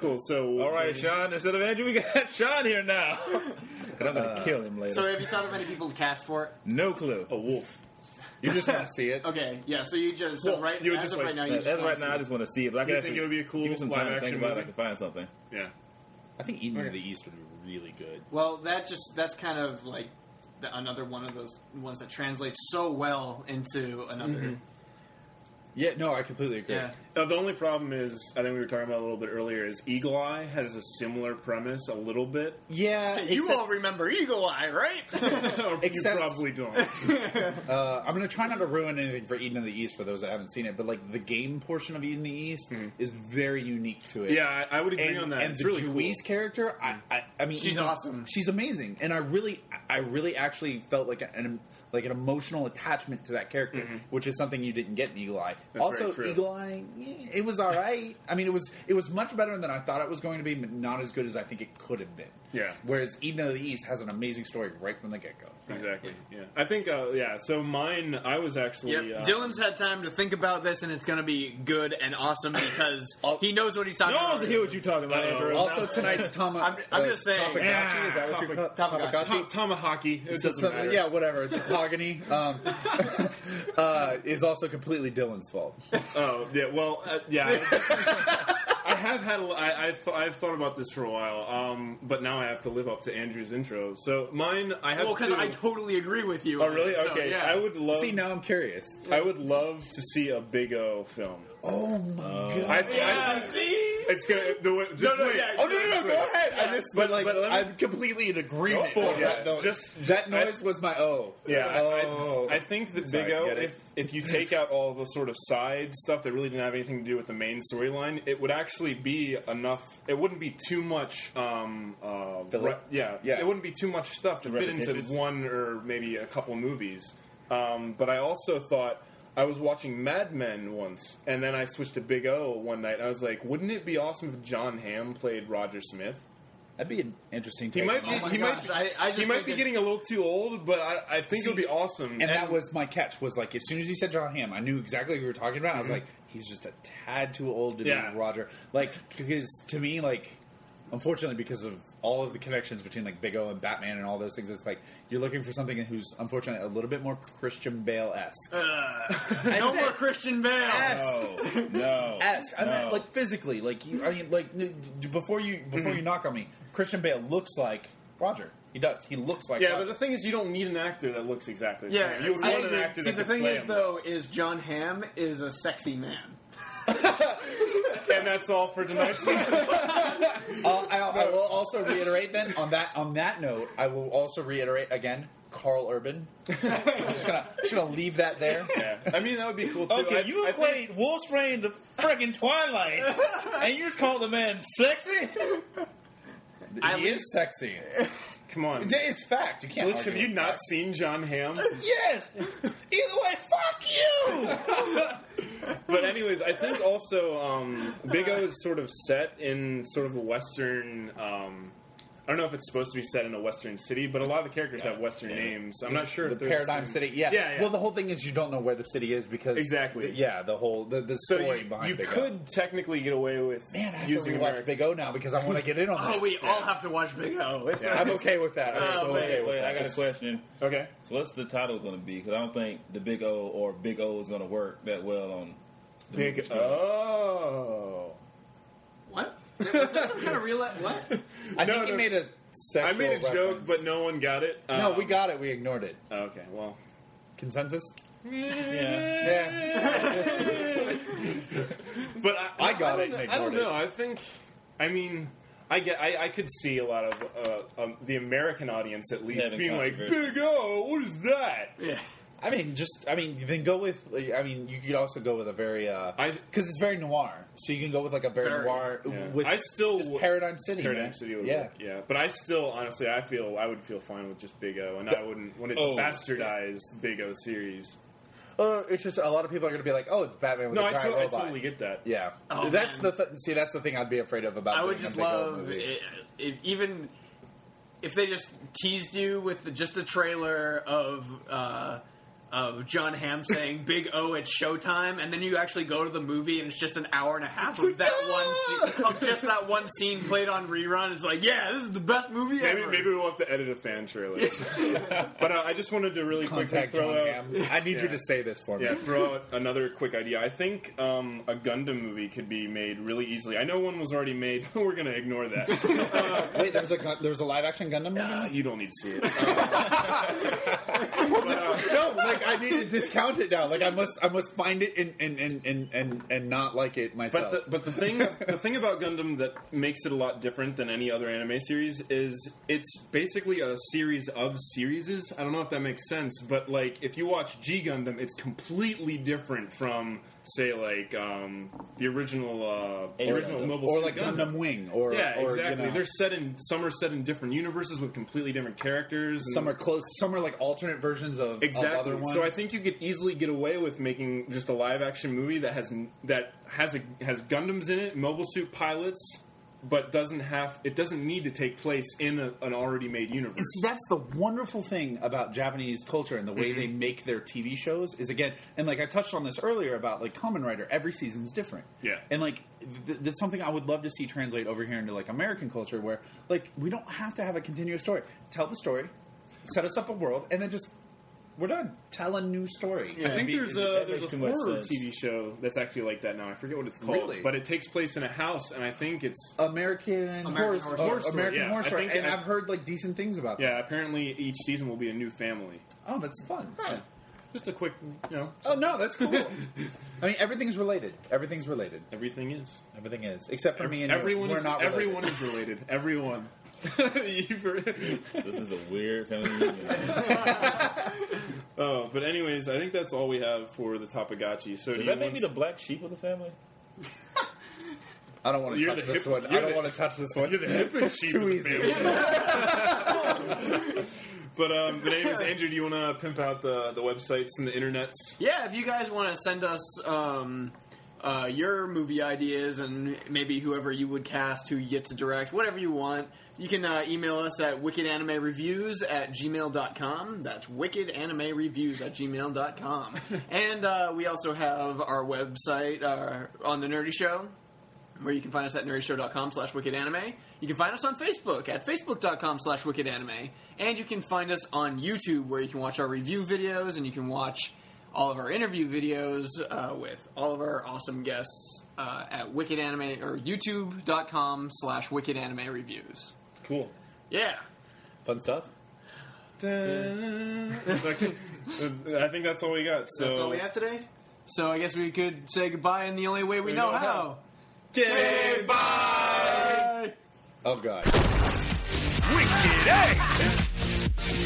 B: Cool. So
E: All right, Sean. Instead of Andrew, we got Sean here now. 'Cause I'm gonna kill him later. Oh,
C: So have you thought of any people to cast for it?
E: Uh, No clue.
B: a wolf.
D: You just want to see it.
C: Okay, yeah. So you just so
B: Well,
C: right
B: you would
C: as
B: just
C: of
B: like-
C: right now you
E: As
C: just
E: as
C: wanna
E: right now, I
C: see-
E: just want to see it. But I can
B: You
E: actually
B: think it would be a cool
E: Give me some time to think
B: live-action
E: about it. I
B: movie?
E: can find something.
B: Yeah.
D: I think Eden of the East would be really good.
C: well that just that's kind of like the, another one of those ones that translates so well into another.
B: Mm-hmm.
D: Yeah, no, I completely agree.
C: Yeah.
B: Now, the only problem is, I think we were talking about a little bit earlier, is Eagle Eye has a similar premise, a little bit.
D: Yeah,
A: You
D: except-
A: all remember Eagle Eye, right?
B: Or
D: Except-
B: you probably don't.
D: I'm going to try not to ruin anything for Eden of the East for those that haven't seen it, but like the game portion of Eden of the East is very unique to it.
B: Hmm. yeah, I, I would agree
D: And,
B: on that.
D: and
B: it's
D: the
B: really
D: Juice
B: cool. Hmm.
D: character, I, I, I mean,
C: She's
D: even-
C: awesome.
D: She's amazing, and I really, I really actually felt like an like an emotional attachment to that character, which is something you didn't get in Eagle Eye.
B: Mm-hmm. That's
D: also,
B: very true.
D: Eagle Eye, eh, it was all right. I mean, it was it was much better than I thought it was going to be, but not as good as I think it could have been.
B: Yeah. Hmm.
D: Whereas Eden of the East has an amazing story right from the get go.
B: Exactly. Yeah. I think. Uh, yeah. So mine, I was actually.
A: Yep.
B: Uh,
A: Dylan's had time to think about this, and it's going to be good and awesome because
B: Oh.
A: he knows what he's talking
E: No one
A: about.
E: wants to hear what you're talking about, Andrew.
D: Also, tonight's uh, Tama.
A: I'm- I'm just saying,
D: Tamagotchi,
E: yeah,
D: is that what you call
C: Tamagotchi.
D: Tamagotchi?
B: Ta- Tamahaki. It
D: So-
B: doesn't
D: so-
B: matter.
D: yeah, whatever. Topogony um, uh, is also completely Dylan's fault.
B: Oh, yeah. Well, uh, yeah. I have had. A, I, I th- I've thought about this for a while, um, but now I have to live up to Andrew's intro. So mine, I have.
A: Well, because
B: two-
A: I totally agree with you.
B: Oh, really?
A: So,
B: okay.
A: yeah.
B: I would love.
D: See, now I'm curious.
B: I would love to see a Big O film.
D: Oh my god!
B: I, yeah, I,
A: See?
B: it's gonna. The, way- just
D: no,
B: wait.
D: yeah, oh no, no, no! Go ahead. I just, but,
B: But-
D: like,
B: but let me-
D: I'm completely in agreement.
B: Go for
D: with
B: it.
D: that noise.
B: Just-
D: that noise
B: I-
D: was my oh.
B: Yeah, I-
D: oh.
B: I, I think that
D: Sorry,
B: Big O,
D: get it.
B: if, if you take out all the sort of side stuff that really didn't have anything to do with the main storyline, it would actually be enough. It wouldn't be too much. Um, uh,
D: Filler?
B: yeah,
D: Yeah.
B: It wouldn't be too much stuff to fit into
E: Repetitious.
B: one or maybe a couple movies. Um, but I also thought. I was watching Mad Men once, and then I switched to Big O one night. And I was like, "Wouldn't it be awesome if John Hamm played Roger Smith?" oh
D: That'd be an interesting.
B: He
D: take Oh
B: might
D: on
B: be.
D: it.
A: my
B: he
A: gosh,
B: might.
A: I- I just
B: he might
A: think
B: be
A: it-
B: getting a little too old, but I, I think it would be awesome.
D: And, that was my catch. Was like as soon as you said John Hamm, I knew exactly what you were talking about. I was like, he's just a tad too old to
B: Mm-hmm. Yeah.
D: be Roger. Like because to me, like unfortunately, because of all of the connections between like Big O and Batman and all those things, it's like you're looking for something who's unfortunately a little bit more Christian Bale esque.
B: Uh,
A: No more Christian Bale.
E: Oh. No, no.
D: esque. I meant like physically. Like you, I mean, like n- d- before you before
B: Mm-hmm.
D: you knock on me, Christian Bale looks like Roger. He does. He looks like
B: Yeah,
D: Roger.
B: but the thing is, you don't need an actor that looks exactly. the
A: Yeah,
B: same. you would
A: I
B: want an
A: agree.
B: actor
A: See,
B: that
A: the
B: could
A: thing
B: play
A: is,
B: him.
A: though, is John Hamm is a sexy man.
B: and that's all for tonight.
D: I'll- I, I will also reiterate then on that on that note. I will also reiterate again. Carl Urban. I'm just gonna, just gonna leave that there.
B: Yeah. I mean, that would be cool too.
E: Okay,
B: I-
E: you
B: I think-
E: equate Wolf's Rain to freaking Twilight, and you just call the man sexy?
D: he is sexy.
B: Come on.
D: It's fact. You can't.
B: Luke, have you not seen John Hamm?
E: Yes! Either way, fuck you!
B: but anyways, I think also um, Big O is sort of set in sort of a Western. Um, I don't know if it's supposed to be set in a Western city, but a lot of the characters have Western names. I'm not sure.
D: The
B: if they're
D: Paradigm
B: same-
D: City. Yeah.
B: yeah, yeah.
D: Well, the whole thing is you don't know where the city is because
B: Exactly.
D: yeah, the whole the, the
B: so
D: story
B: you,
D: behind
B: you
D: Big O.
B: could technically get away with
D: Man, I have
B: using
D: to rewatch
B: American.
D: Big O now because I want to get in on this.
C: Oh, we all have to watch Big O. It's
D: I'm okay with that. I'm
B: Oh,
D: so okay
E: Wait,
D: with
E: wait,
D: that.
E: I got a question.
B: Okay,
E: So, what's the title going to be? Because I don't think the Big O or Big O is going to work that well on. the
B: Big
E: movie.
B: Oh.
C: what? Is that some kind of real? What?
D: I
B: No,
D: think he
B: no.
D: made a sexual
B: I made a joke,
D: reference.
B: but no one got it.
D: No,
B: Um,
D: we got it. We ignored it.
B: Oh, Okay, well,
D: Consensus?
E: Yeah.
D: Yeah.
B: but I,
D: I got
B: don't
D: it,
B: know-
D: Nick
B: I don't
D: Norton.
B: know. I think. I mean, I get. I, I could see a lot of uh, um, the American audience at least
E: Having
B: being like,
E: controversy.
B: "Big O, what is that?"
C: Yeah.
D: I mean, just, I mean, then go with, like, I mean, you could also go with a very, uh,
B: I-
D: because it's very noir. So you can go with like a very,
C: Very,
D: noir,
B: Yeah.
D: with
B: I still
D: just
B: w-
D: Paradigm City.
B: Paradigm
D: man.
B: City would
D: yeah.
B: work, yeah. But I still, honestly, I feel I would feel fine with just Big O, and I wouldn't when it's
E: Oh.
B: bastardized Big O series.
D: Oh, it's just a lot of people are going to be like, oh, it's Batman with
B: No,
D: a
B: I,
D: giant
B: to- I
D: robot.
B: totally get that.
D: Yeah,
C: Oh,
D: that's
C: man.
D: the th- see. That's the thing I'd be afraid of about.
C: I
D: doing
C: would
D: a
C: just
D: big old
C: love
D: movie.
C: i if even if they just teased you with the, just a trailer of uh, of John Hamm saying "Big O" at Showtime, and then you actually go to the movie and it's just an hour and a half of that one scene, of just that one scene played on rerun. It's like, yeah, this is the best movie
B: Maybe,
C: ever.
B: maybe we'll have to edit a fan trailer. but uh, I just wanted to really
D: Contact
B: quickly throw
D: John
B: out.
D: Hamm. I need you
B: Yeah.
D: to say this for me.
B: Yeah, throw out another quick idea. I think um, a Gundam movie could be made really easily. I know one was already made, but we're going to ignore that.
D: Wait, there was a gun- there was a live action Gundam movie.
B: you don't need to see it.
D: no, like I need to discount it now. Like I must I must find it and and and and and, and not like it myself.
B: But the, but the thing the thing about Gundam that makes it a lot different than any other anime series is it's basically a series of series. I don't know if that makes sense, but like if you watch G Gundam, it's completely different from say like um, the original uh, the
E: Or-
B: original Mobile
D: or
B: Suit
D: like Gundam, Wing, or
B: Yeah,
D: or,
B: exactly.
D: You know,
B: They're set in some are set in different universes with completely different characters. and-
D: some are close, some are like alternate versions of, of
B: Exactly.
D: other ones.
B: So I think you could easily get away with making just a live action movie that has that has a has Gundams in it, mobile suit pilots, but doesn't have it doesn't need to take place in a, an already made universe.
D: And see, that's the wonderful thing about Japanese culture and the
B: Mm-hmm.
D: way they make their TV shows is again, and like I touched on this earlier about like Common Writer, every season's different.
B: Yeah.
D: and like th- that's something I would love to see translate over here into like American culture, where like we don't have to have a continuous story. Tell the story, set us up a world, and then just we're done. Tell a new story.
B: I think there's a
E: that
B: there's
E: makes
B: a
E: too much
B: horror
E: sense.
B: TV show that's actually like that now. I forget what it's called,
D: Really? Oh.
B: but it takes place in a house, and I think it's
D: American, Horror,
C: Horror Story,
D: Story.
B: yeah.
D: American
B: I
D: Horror
B: think
D: Story,
B: that-
D: and I've heard like decent things about that.
B: yeah. Apparently, each season will be a new family.
D: Oh, that's fun.
B: Just a quick, you know,
D: Oh no, that's cool. I mean, everything's related. Everything's related.
B: everything is.
D: Everything is, except for me and you.
B: everyone
D: We're
B: is
D: not related.
B: everyone is related. Everyone. You've-
E: This is a weird family reunion.
B: Oh, but anyways, I think that's all we have for the Tapagachi. So do you
E: Is that maybe the
B: want-
E: black sheep of the family?
D: I don't want to
B: You're
D: touch
B: the
D: this
B: hip-
D: one. I
B: you're
D: don't
B: the-
D: want to touch this one.
B: You're the hippest sheep
D: Too
B: in the
D: easy.
B: family. but um, but anyways, Andrew, do you want to pimp out the the websites and the internets?
C: Yeah, if you guys want to send us um, uh, your movie ideas and maybe whoever you would cast, who you get to direct, whatever you want, you can uh, email us at wickedanimereviews at gmail.com. That's wickedanimereviews at gmail.com. and uh, we also have our website uh, on The Nerdy Show. Where you can find us at nerdyshow.com slash wickedanime. You can find us on Facebook at facebook.com slash wickedanime. And you can find us on YouTube where you can watch our review videos and you can watch all of our interview videos uh, with all of our awesome guests uh, at wickedanime or youtube.com slash wickedanime reviews.
B: Cool.
C: Yeah.
D: Fun stuff.
B: Okay. I think that's all we got. So
C: That's all we have today. So I guess we could say goodbye in the only way we, know, how.
B: Okay, bye.
C: Bye.
I: Oh god.
J: Wicked A!